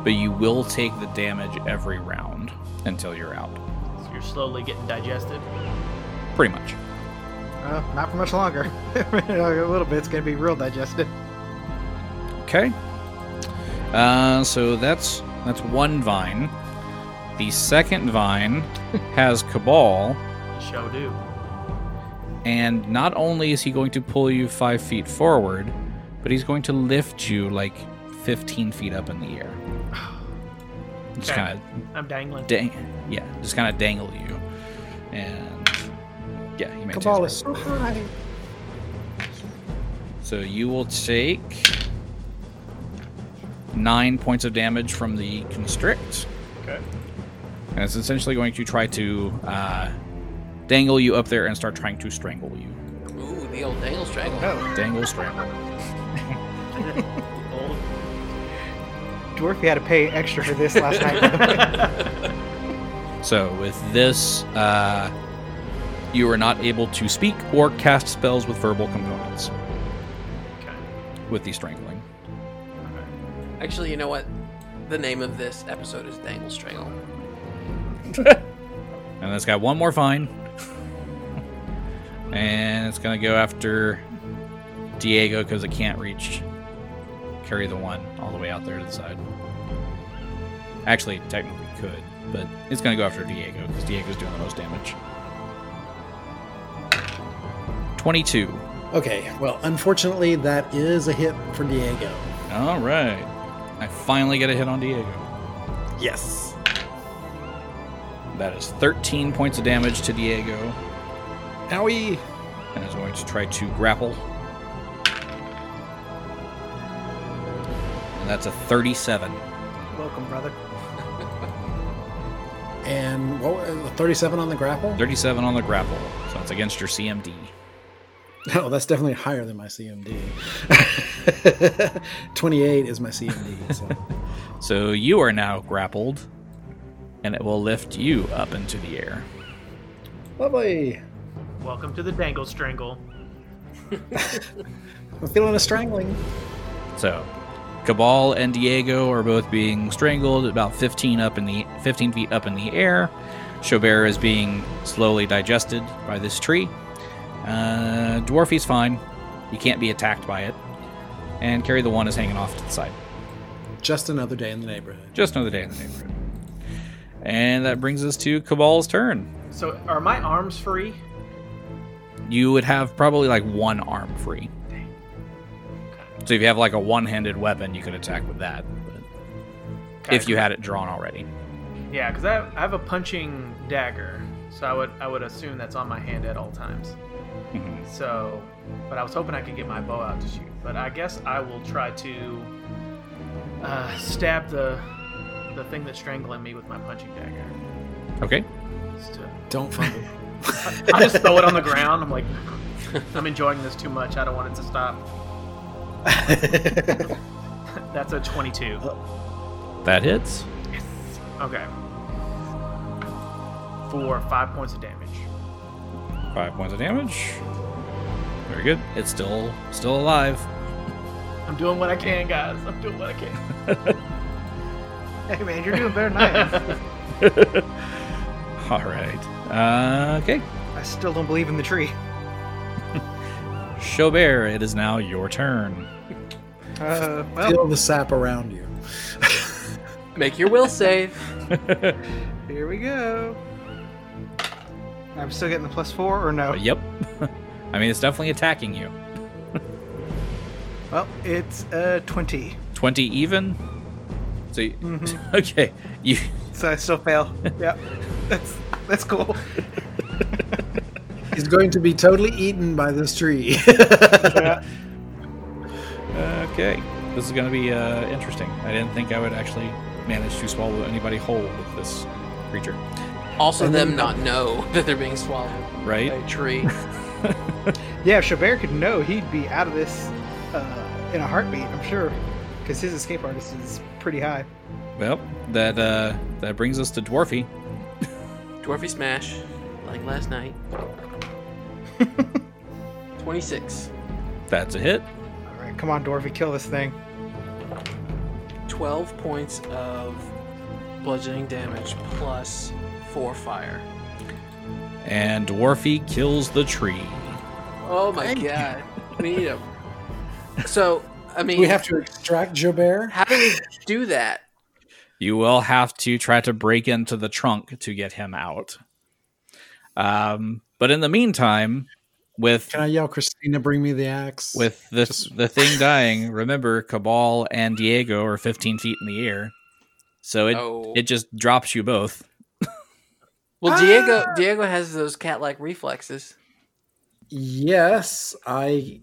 Speaker 3: but you will take the damage every round until you're out,
Speaker 2: So you're slowly getting digested.
Speaker 3: pretty much.
Speaker 4: Well, not for much longer. <laughs> a little bit. It's gonna be real digested.
Speaker 3: Okay. Uh, so that's that's one vine. The second vine has Cabal.
Speaker 2: You show do.
Speaker 3: And not only is he going to pull you five feet forward, but he's going to lift you like 15 feet up in the air. Just
Speaker 2: Okay.
Speaker 3: kind of
Speaker 2: I'm dangling.
Speaker 3: dang, yeah, just kind of dangle you. And yeah, he maintains.
Speaker 5: Cabal is so high.
Speaker 3: So you will take nine points of damage from the constrict.
Speaker 2: Okay.
Speaker 3: And it's essentially going to try to uh, dangle you up there and start trying to strangle you.
Speaker 1: Ooh, the old dangle strangle.
Speaker 5: Oh.
Speaker 4: No,
Speaker 3: Dangle, strangle.
Speaker 2: Old.
Speaker 4: Dwarfy had to pay extra for this last night. <laughs>
Speaker 3: So with this, uh, you are not able to speak or cast spells with verbal components
Speaker 2: Okay.
Speaker 3: with the strangling.
Speaker 1: Actually, you know what? The name of this episode is Dangle Strangle.
Speaker 3: And it's got one more fine. and it's going to go after Diego because it can't reach carry the one all the way out there to the side. Actually, technically could, but it's going to go after Diego because Diego's doing the most damage. 22.
Speaker 5: Okay, well, unfortunately, that is a hit for Diego.
Speaker 3: All right. I finally get a hit on Diego.
Speaker 5: Yes.
Speaker 3: That is 13 points of damage to Diego,
Speaker 5: Owie.
Speaker 3: and is going to try to grapple. And that's a 37.
Speaker 4: Welcome, brother.
Speaker 5: And what was 37 on the grapple? <laughs>
Speaker 3: 37 on the grapple, so that's against your CMD.
Speaker 5: No, Oh, that's definitely higher than my <laughs> CMD. 28 is my CMD. So.
Speaker 3: So you are now grappled, and it will lift you up into the air.
Speaker 5: <laughs> Lovely.
Speaker 2: Welcome to the dangle strangle.
Speaker 5: I'm feeling a strangling.
Speaker 3: So Cabal and Diego are both being strangled about 15 up in the 15 feet up in the air. Chaubert is being slowly digested by this tree. Uh, Dwarfy's fine. He can't be attacked by it. And Carry the One is hanging off to the side.
Speaker 5: Just another day in the neighborhood.
Speaker 3: Just another day in the neighborhood. And that brings us to Cabal's turn.
Speaker 2: So are my arms free?
Speaker 3: You would have probably like one arm free. So if you have like a one-handed weapon, you could attack with that. But if you had it drawn already.
Speaker 2: Yeah, because I, have- I have a punching dagger, so I would I would assume that's on my hand at all times.
Speaker 3: Mhm.
Speaker 2: So, but I was hoping I could get my bow out to shoot. But I guess I will try to uh, stab the the thing that's strangling me with my punching dagger.
Speaker 3: Okay.
Speaker 2: Just to-
Speaker 6: Don't fumble.
Speaker 2: I just throw it on the ground. I'm like, I'm enjoying this too much. I don't want it to stop. That's a 22.
Speaker 3: That hits.
Speaker 2: Okay. For five points of damage.
Speaker 3: Five points of damage. Very good. It's still still alive.
Speaker 2: I'm doing what I can, guys. I'm doing what I can.
Speaker 4: Hey man, you're doing better than I <laughs> am.
Speaker 3: All right. Uh, okay.
Speaker 4: I still don't believe in the tree.
Speaker 3: Chaubert, it is now your turn.
Speaker 4: Uh, well,
Speaker 5: Feel the sap around you.
Speaker 1: Make your will save.
Speaker 4: here we go. I'm still getting the plus four, or no?
Speaker 3: Yep. <laughs> I mean, it's definitely attacking you.
Speaker 4: Well, it's uh twenty,
Speaker 3: 20 even. So, you, <laughs> okay. You
Speaker 4: so I still fail. yep, that's that's cool.
Speaker 5: He's going to be totally eaten by this tree. <laughs>
Speaker 4: Yeah.
Speaker 3: okay? This is going to be uh, interesting. I didn't think I would actually manage to swallow anybody whole with this creature,
Speaker 1: Also,
Speaker 5: And
Speaker 1: them
Speaker 5: then-
Speaker 1: not know <laughs> that they're being swallowed by
Speaker 3: right?
Speaker 1: a tree.
Speaker 4: yeah, if Chabert could know, he'd be out of this uh, in a heartbeat. I'm sure, because his escape artist is pretty high.
Speaker 3: Well, that uh, that brings us to Dwarfy.
Speaker 1: Dwarfy smash, like last
Speaker 5: <laughs>
Speaker 1: night. 26,
Speaker 3: That's a hit.
Speaker 4: All right, come on, Dorothy, kill this thing.
Speaker 1: 12 points of bludgeoning damage plus 4 fire.
Speaker 3: And Dwarfy kills the tree.
Speaker 1: Oh my god. We need him. So, I mean,
Speaker 5: we have to extract Jobert.
Speaker 1: how do we do that?
Speaker 3: You will have to try to break into the trunk to get him out. Um, but in the meantime, with
Speaker 5: Can I yell, Christina, bring me the axe?
Speaker 3: with this the thing dying, remember Cabal and Diego are 15 feet in the air, so it
Speaker 1: oh.
Speaker 3: it just drops you both.
Speaker 1: well,
Speaker 5: Ah!
Speaker 1: Diego Diego has those cat like reflexes.
Speaker 5: yes, I.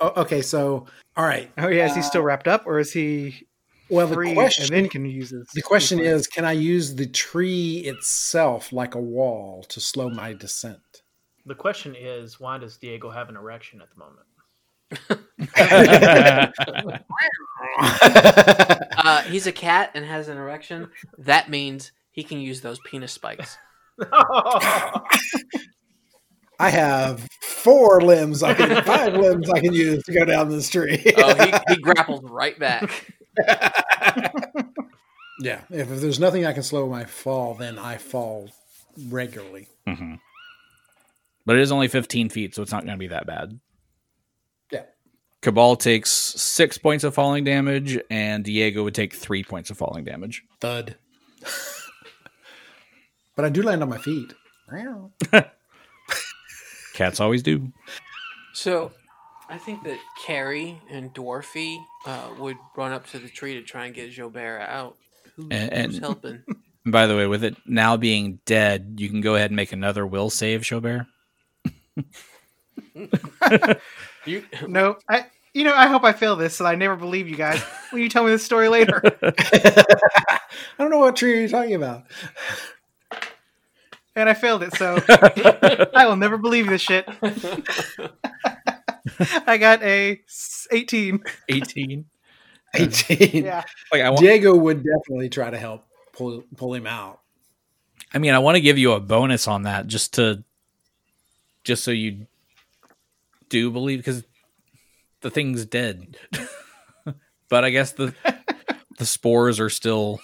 Speaker 5: Oh, okay, so all right.
Speaker 4: Oh yeah, is he still wrapped up, or is he
Speaker 5: Well,
Speaker 4: free
Speaker 5: the question
Speaker 4: and then can use his?
Speaker 5: The question is, can I use the tree itself like a wall to slow my descent?
Speaker 2: The question is, why does Diego have an erection at the moment?
Speaker 3: Mm-hmm.
Speaker 1: Uh, he's a cat and has an erection. That means he can use those penis spikes.
Speaker 5: I have four limbs. I can five limbs I can use to go down this tree.
Speaker 1: Oh, he, he grapples right back.
Speaker 5: <laughs> yeah. If, if there's nothing I can slow my fall, then I fall regularly.
Speaker 3: Mhm. But it is only 15 feet, so it's not going to be that bad.
Speaker 5: Yeah.
Speaker 3: Cabal takes six points of falling damage, and Diego would take three points of falling damage.
Speaker 5: Thud. but I do land on my feet.
Speaker 3: Cats always do.
Speaker 1: So, I think that Carrie and Dwarfy uh, would run up to the tree to try and get Jobert out. Who's,
Speaker 3: And- and-
Speaker 1: who's helping?
Speaker 3: And by the way, with it now being dead, you can go ahead and make another will save, Chaubert.
Speaker 1: You, <laughs>
Speaker 4: no. I you know I hope I fail this, so I never believe you guys when you tell me this story later.
Speaker 5: I don't know what tree you're talking <laughs> about.
Speaker 4: and I failed it,
Speaker 3: <laughs>
Speaker 4: so I will never believe this shit. I got a s- 18.
Speaker 3: 18.
Speaker 5: 18.
Speaker 4: Yeah.
Speaker 3: Like I, wa-
Speaker 5: Diego would definitely try to help pull pull him out.
Speaker 3: I mean, I want to give you a bonus on that just to, just so you do believe because the thing's dead. <laughs> but I guess the the spores are still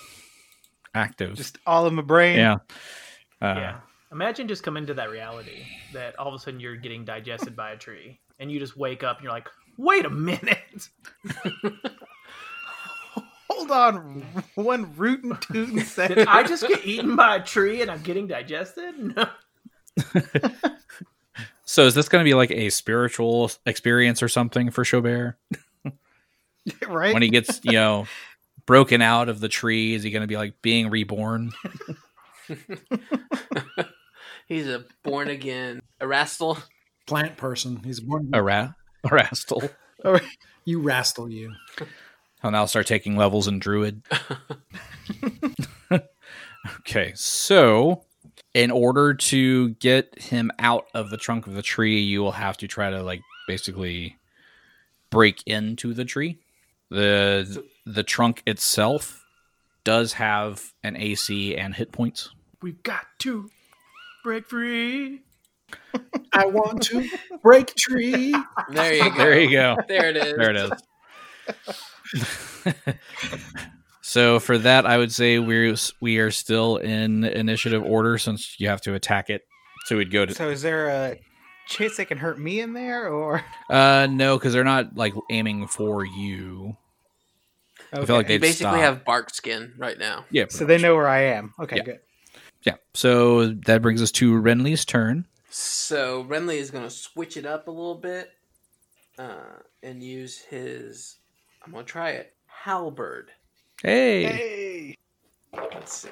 Speaker 3: active.
Speaker 4: Just all in my brain.
Speaker 3: yeah. Uh,
Speaker 2: yeah. Imagine just coming to that reality that all of a sudden you're getting digested by a tree, and you just wake up and you're like, wait a minute.
Speaker 4: Hold on one root and <laughs> toot and
Speaker 2: Did
Speaker 4: second.
Speaker 2: I just get eaten by a tree and I'm getting digested? No.
Speaker 3: So is this going to be like a spiritual experience or something for Chaubert
Speaker 4: right?
Speaker 3: when he gets you know broken out of the tree? Is he going to be like being reborn?
Speaker 1: he's a born again
Speaker 3: <laughs>
Speaker 1: Erastel.
Speaker 5: Uh, Plant person. He's one.
Speaker 3: Ara- Arastal.
Speaker 5: You rastle you.
Speaker 3: I'll now start taking levels in Druid. okay, so in order to get him out of the trunk of the tree, you will have to try to like basically break into the tree. The the trunk itself does have an AC and hit points.
Speaker 2: We've got to break free.
Speaker 5: I want to <laughs> break tree.
Speaker 1: There you go.
Speaker 3: There you go.
Speaker 1: There it is.
Speaker 3: There it is. <laughs> so for that, I would say we're we are still in initiative order since you have to attack it. So we'd go to
Speaker 4: So is there a chance they can hurt me in there, or
Speaker 3: uh no because they're not like aiming for you. I feel like
Speaker 1: You
Speaker 3: they'd
Speaker 1: basically
Speaker 3: stop.
Speaker 1: have bark skin right now.
Speaker 3: yeah.
Speaker 4: so they know where I am. Okay,
Speaker 3: Yeah.
Speaker 4: good.
Speaker 3: Yeah. So that brings us to Renly's turn.
Speaker 1: So Renly is going to switch it up a little bit uh, and use his. I'm going to try it. Halberd.
Speaker 3: Hey.
Speaker 4: Hey,
Speaker 1: Let's see.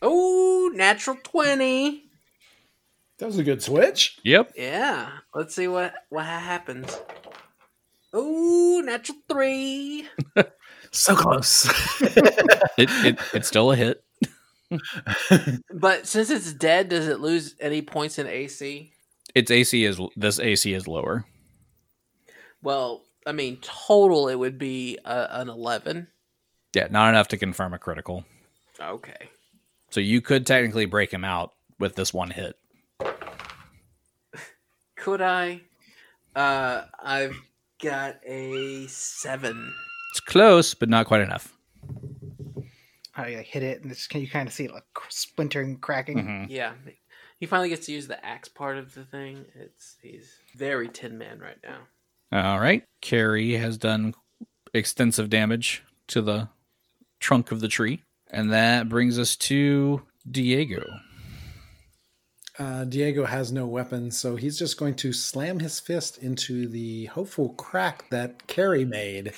Speaker 1: Oh, natural 20.
Speaker 5: That was a good switch.
Speaker 3: Yep.
Speaker 1: Yeah. Let's see what, what happens. Oh, natural 3.
Speaker 5: So close.
Speaker 3: It, it it's still a hit.
Speaker 1: But since it's dead, does it lose any points in AC?
Speaker 3: Its AC is this AC is lower.
Speaker 1: Well, I mean, total it would be uh, an 11.
Speaker 3: Yeah, not enough to confirm a critical.
Speaker 1: Okay.
Speaker 3: So you could technically break him out with this one hit.
Speaker 1: Could I? Uh, I've got a 7.
Speaker 3: It's close, but not quite enough.
Speaker 4: I like, hit it, and it's, can you kind of see it like cr- splintering, cracking?
Speaker 3: Mhm.
Speaker 1: Yeah. He finally gets to use the axe part of the thing. It's he's very tin man right now.
Speaker 3: All right. Carrie has done extensive damage to the trunk of the tree. And that brings us to Diego.
Speaker 5: Uh, Diego has no weapons, so he's just going to slam his fist into the hopeful crack that Carrie made.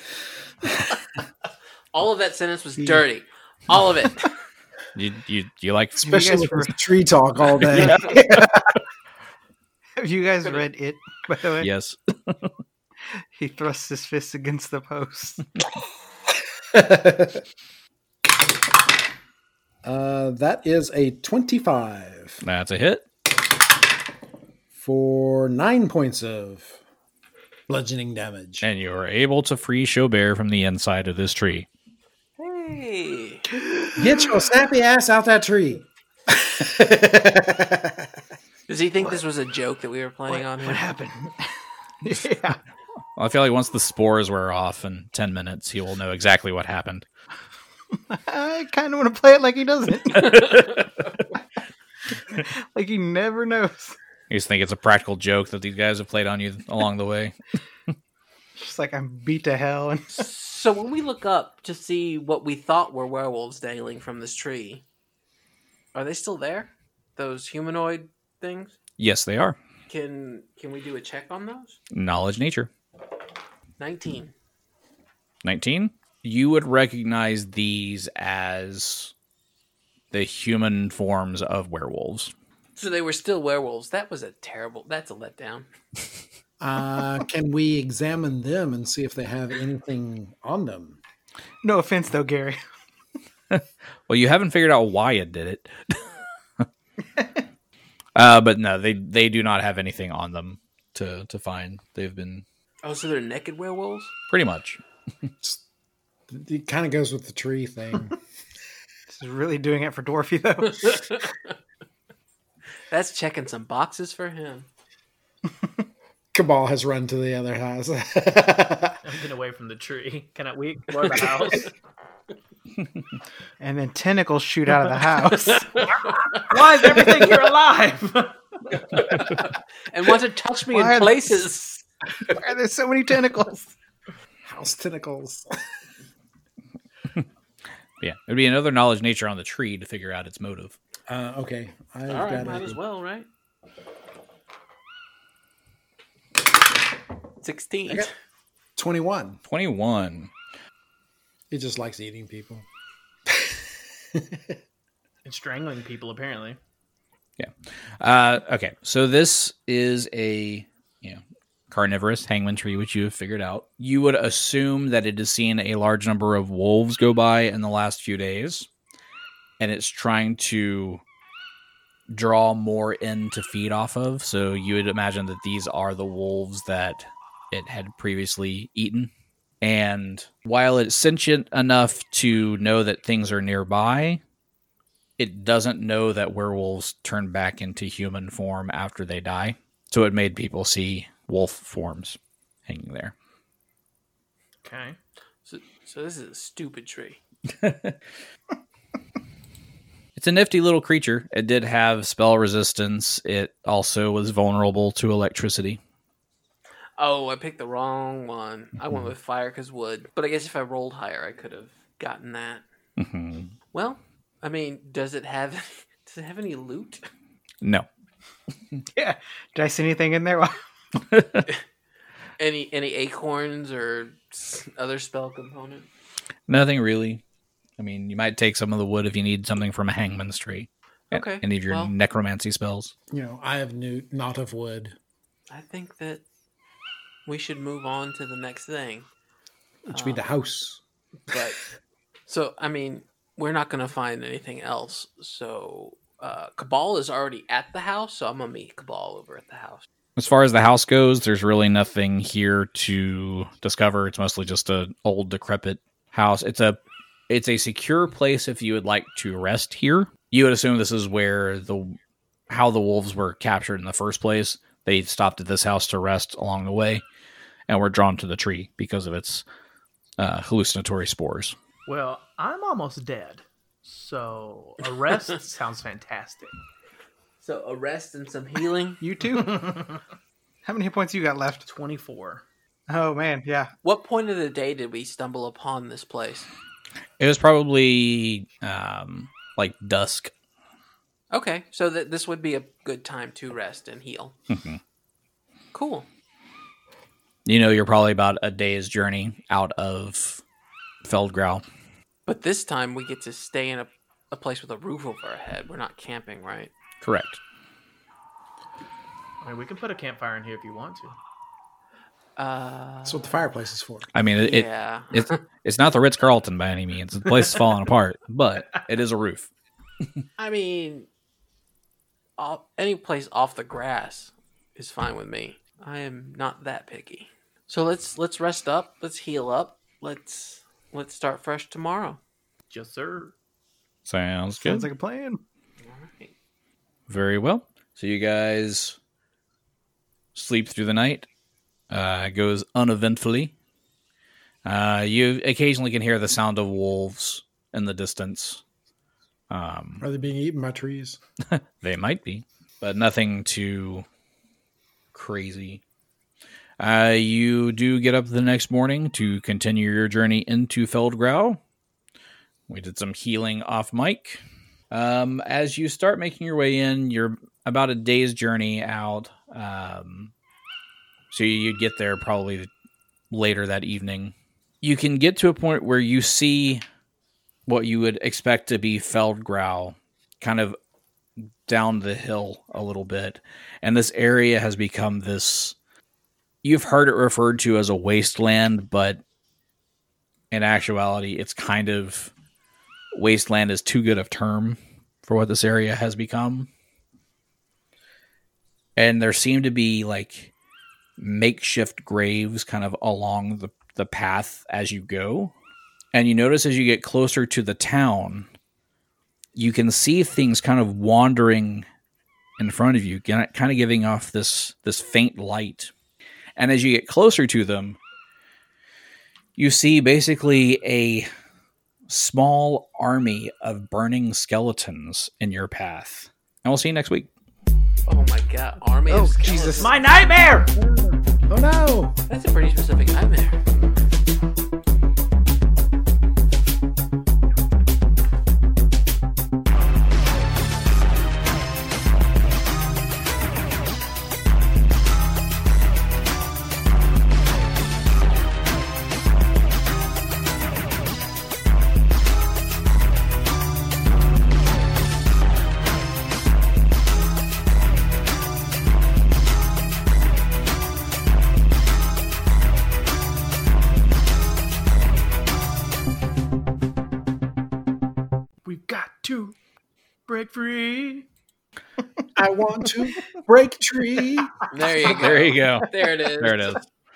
Speaker 1: All of that sentence was dirty. All of it.
Speaker 3: You you, you like
Speaker 4: you guys
Speaker 5: Especially with
Speaker 4: were-
Speaker 5: this tree talk <laughs> all day.
Speaker 4: Have you guys read it? By the way,
Speaker 3: yes.
Speaker 4: he thrusts his fist against the post.
Speaker 5: <laughs> uh, that is a 25
Speaker 3: That's a hit.
Speaker 5: for nine points of bludgeoning damage.
Speaker 3: And you are able to free Chaubert from the inside of this tree.
Speaker 1: hey.
Speaker 5: <gasps> Get your snappy ass out that tree. <laughs>
Speaker 1: Does he think this was a joke that we were playing on him?
Speaker 4: happened? <laughs> yeah,
Speaker 3: I feel like once the spores wear off in 10 minutes, he will know exactly what happened.
Speaker 4: I kind of want to play it like he doesn't. <laughs> like he never knows.
Speaker 3: You just think it's a practical joke that these guys have played on you along the way.
Speaker 4: Just like I'm beat to hell, and
Speaker 1: So when we look up to see what we thought were werewolves dangling from this tree, are they still there? Those humanoid things?
Speaker 3: Yes, they are.
Speaker 1: Can can we do a check on those?
Speaker 3: Knowledge nature.
Speaker 1: Nineteen.
Speaker 3: 19. You would recognize these as the human forms of werewolves.
Speaker 1: So they were still werewolves. That was a terrible. That's a letdown.
Speaker 5: Uh, can we examine them and see if they have anything on them?
Speaker 4: no offense though, Gary.
Speaker 3: Well, you haven't figured out why it did it. <laughs> uh, but no, they, they do not have anything on them to, to find. They've been
Speaker 1: Oh, so they're naked werewolves.
Speaker 3: pretty much.
Speaker 5: It kind of goes with the tree thing.
Speaker 1: <laughs>
Speaker 4: This is really doing it for Dwarfy though.
Speaker 1: That's checking some boxes for him.
Speaker 5: Cabal has run to the other house. <laughs>
Speaker 2: I'm getting away from the tree. Can I, we explore the house?
Speaker 4: And then tentacles shoot out of the house.
Speaker 2: Why is everything here alive? <laughs>
Speaker 1: And want to touch me
Speaker 4: <laughs> Why
Speaker 1: in
Speaker 4: are they-
Speaker 1: places.
Speaker 4: Why are there so many tentacles?
Speaker 5: house tentacles.
Speaker 3: Yeah, it'd be another knowledge nature on the tree to figure out its motive.
Speaker 5: Uh, okay, I've
Speaker 1: All right,
Speaker 5: got
Speaker 1: might
Speaker 5: a-
Speaker 1: as well, right? Sixteen.
Speaker 5: Okay. twenty-one.
Speaker 3: Twenty-one.
Speaker 5: He just likes eating people.
Speaker 2: it's strangling people, apparently.
Speaker 3: Uh, okay, so this is a you know carnivorous hangman tree, which you have figured out, you would assume that it has seen a large number of wolves go by in the last few days, and it's trying to draw more in to feed off of. So you would imagine that these are the wolves that it had previously eaten. And while it's sentient enough to know that things are nearby, it doesn't know that werewolves turn back into human form after they die. So it made people see wolf forms hanging there.
Speaker 2: Okay.
Speaker 1: So, so this is a stupid tree.
Speaker 3: It's a nifty little creature. It did have spell resistance. It also was vulnerable to electricity.
Speaker 1: Oh, I picked the wrong one. I went with fire because wood. But I guess if I rolled higher, I could have gotten that.
Speaker 3: Mhm.
Speaker 1: Well, I mean, does it have <laughs> does it have any loot?
Speaker 3: No.
Speaker 4: Yeah. Did I see anything in there? <laughs>
Speaker 1: Any any acorns or s- other spell component?
Speaker 3: Nothing really. I mean, you might take some of the wood if you need something from a hangman's tree. A-
Speaker 1: Okay,
Speaker 3: Any of your
Speaker 1: well-
Speaker 3: necromancy spells.
Speaker 5: You know, I have new not of wood.
Speaker 1: I think that we should move on to the next thing.
Speaker 5: It should be the
Speaker 1: Um,
Speaker 5: house.
Speaker 1: But <laughs> so I mean, we're not gonna find anything else. So uh, Cabal is already at the house, so I'm gonna meet Cabal over at the house.
Speaker 3: As far as the house goes, there's really nothing here to discover. It's mostly just an old decrepit house. It's a it's a secure place if you would like to rest here. You would assume this is where the how the wolves were captured in the first place. They stopped at this house to rest along the way and were drawn to the tree because of its uh, hallucinatory spores.
Speaker 2: Well, I'm almost dead. So a rest sounds fantastic.
Speaker 1: So a rest and some healing.
Speaker 4: You too. How many hit points you got left?
Speaker 2: 24.
Speaker 4: Oh man, yeah.
Speaker 1: <laughs> What point of the day did we stumble upon this place?
Speaker 3: It was probably um, like dusk.
Speaker 1: Okay, so that this would be a good time to rest and heal.
Speaker 3: Mhm.
Speaker 1: Cool.
Speaker 3: You know, you're probably about a day's journey out of Feldgrau.
Speaker 1: But this time we get to stay in a, a place with a roof over our head. We're not camping, right?
Speaker 3: Correct.
Speaker 2: I mean, we can put a campfire in here if you want to.
Speaker 1: Uh,
Speaker 5: That's what the fireplace is for.
Speaker 3: I mean, it, it
Speaker 1: yeah.
Speaker 3: it's it's not the Ritz Carlton by any means. The place is falling apart, but it is a roof.
Speaker 1: I mean, off, any place off the grass is fine with me. I am not that picky. So let's let's rest up. Let's heal up. Let's let's start fresh tomorrow.
Speaker 2: Just sir.
Speaker 3: Sounds good.
Speaker 4: Sounds like a plan.
Speaker 1: All right.
Speaker 3: Very well. So you guys sleep through the night. Uh, it goes uneventfully. Uh, you occasionally can hear the sound of wolves in the distance. Um,
Speaker 5: Are they being eaten by trees?
Speaker 3: They might be, but nothing too crazy. Uh, you do get up the next morning to continue your journey into Feldgrau. We did some healing off mic. Um, as you start making your way in, you're about a day's journey out. Um, so you get there probably later that evening. You can get to a point where you see what you would expect to be Feldgrau kind of down the hill a little bit. And this area has become this you've heard it referred to as a wasteland, but in actuality, it's kind of wasteland is too good of term for what this area has become. And there seem to be like makeshift graves kind of along the, the path as you go. And you notice as you get closer to the town, you can see things kind of wandering in front of you, kind of kind of giving off this this faint light. And as you get closer to them, you see basically a small army of burning skeletons in your path. And we'll see you next week.
Speaker 1: Oh my god, army
Speaker 4: Oh,
Speaker 1: of skeletons.
Speaker 4: Jesus.
Speaker 2: My nightmare!
Speaker 5: Oh no!
Speaker 1: That's a pretty specific nightmare.
Speaker 4: <laughs> to break free.
Speaker 5: I want to break tree.
Speaker 3: There you go.
Speaker 1: There you go.
Speaker 3: There it is.
Speaker 1: There it is.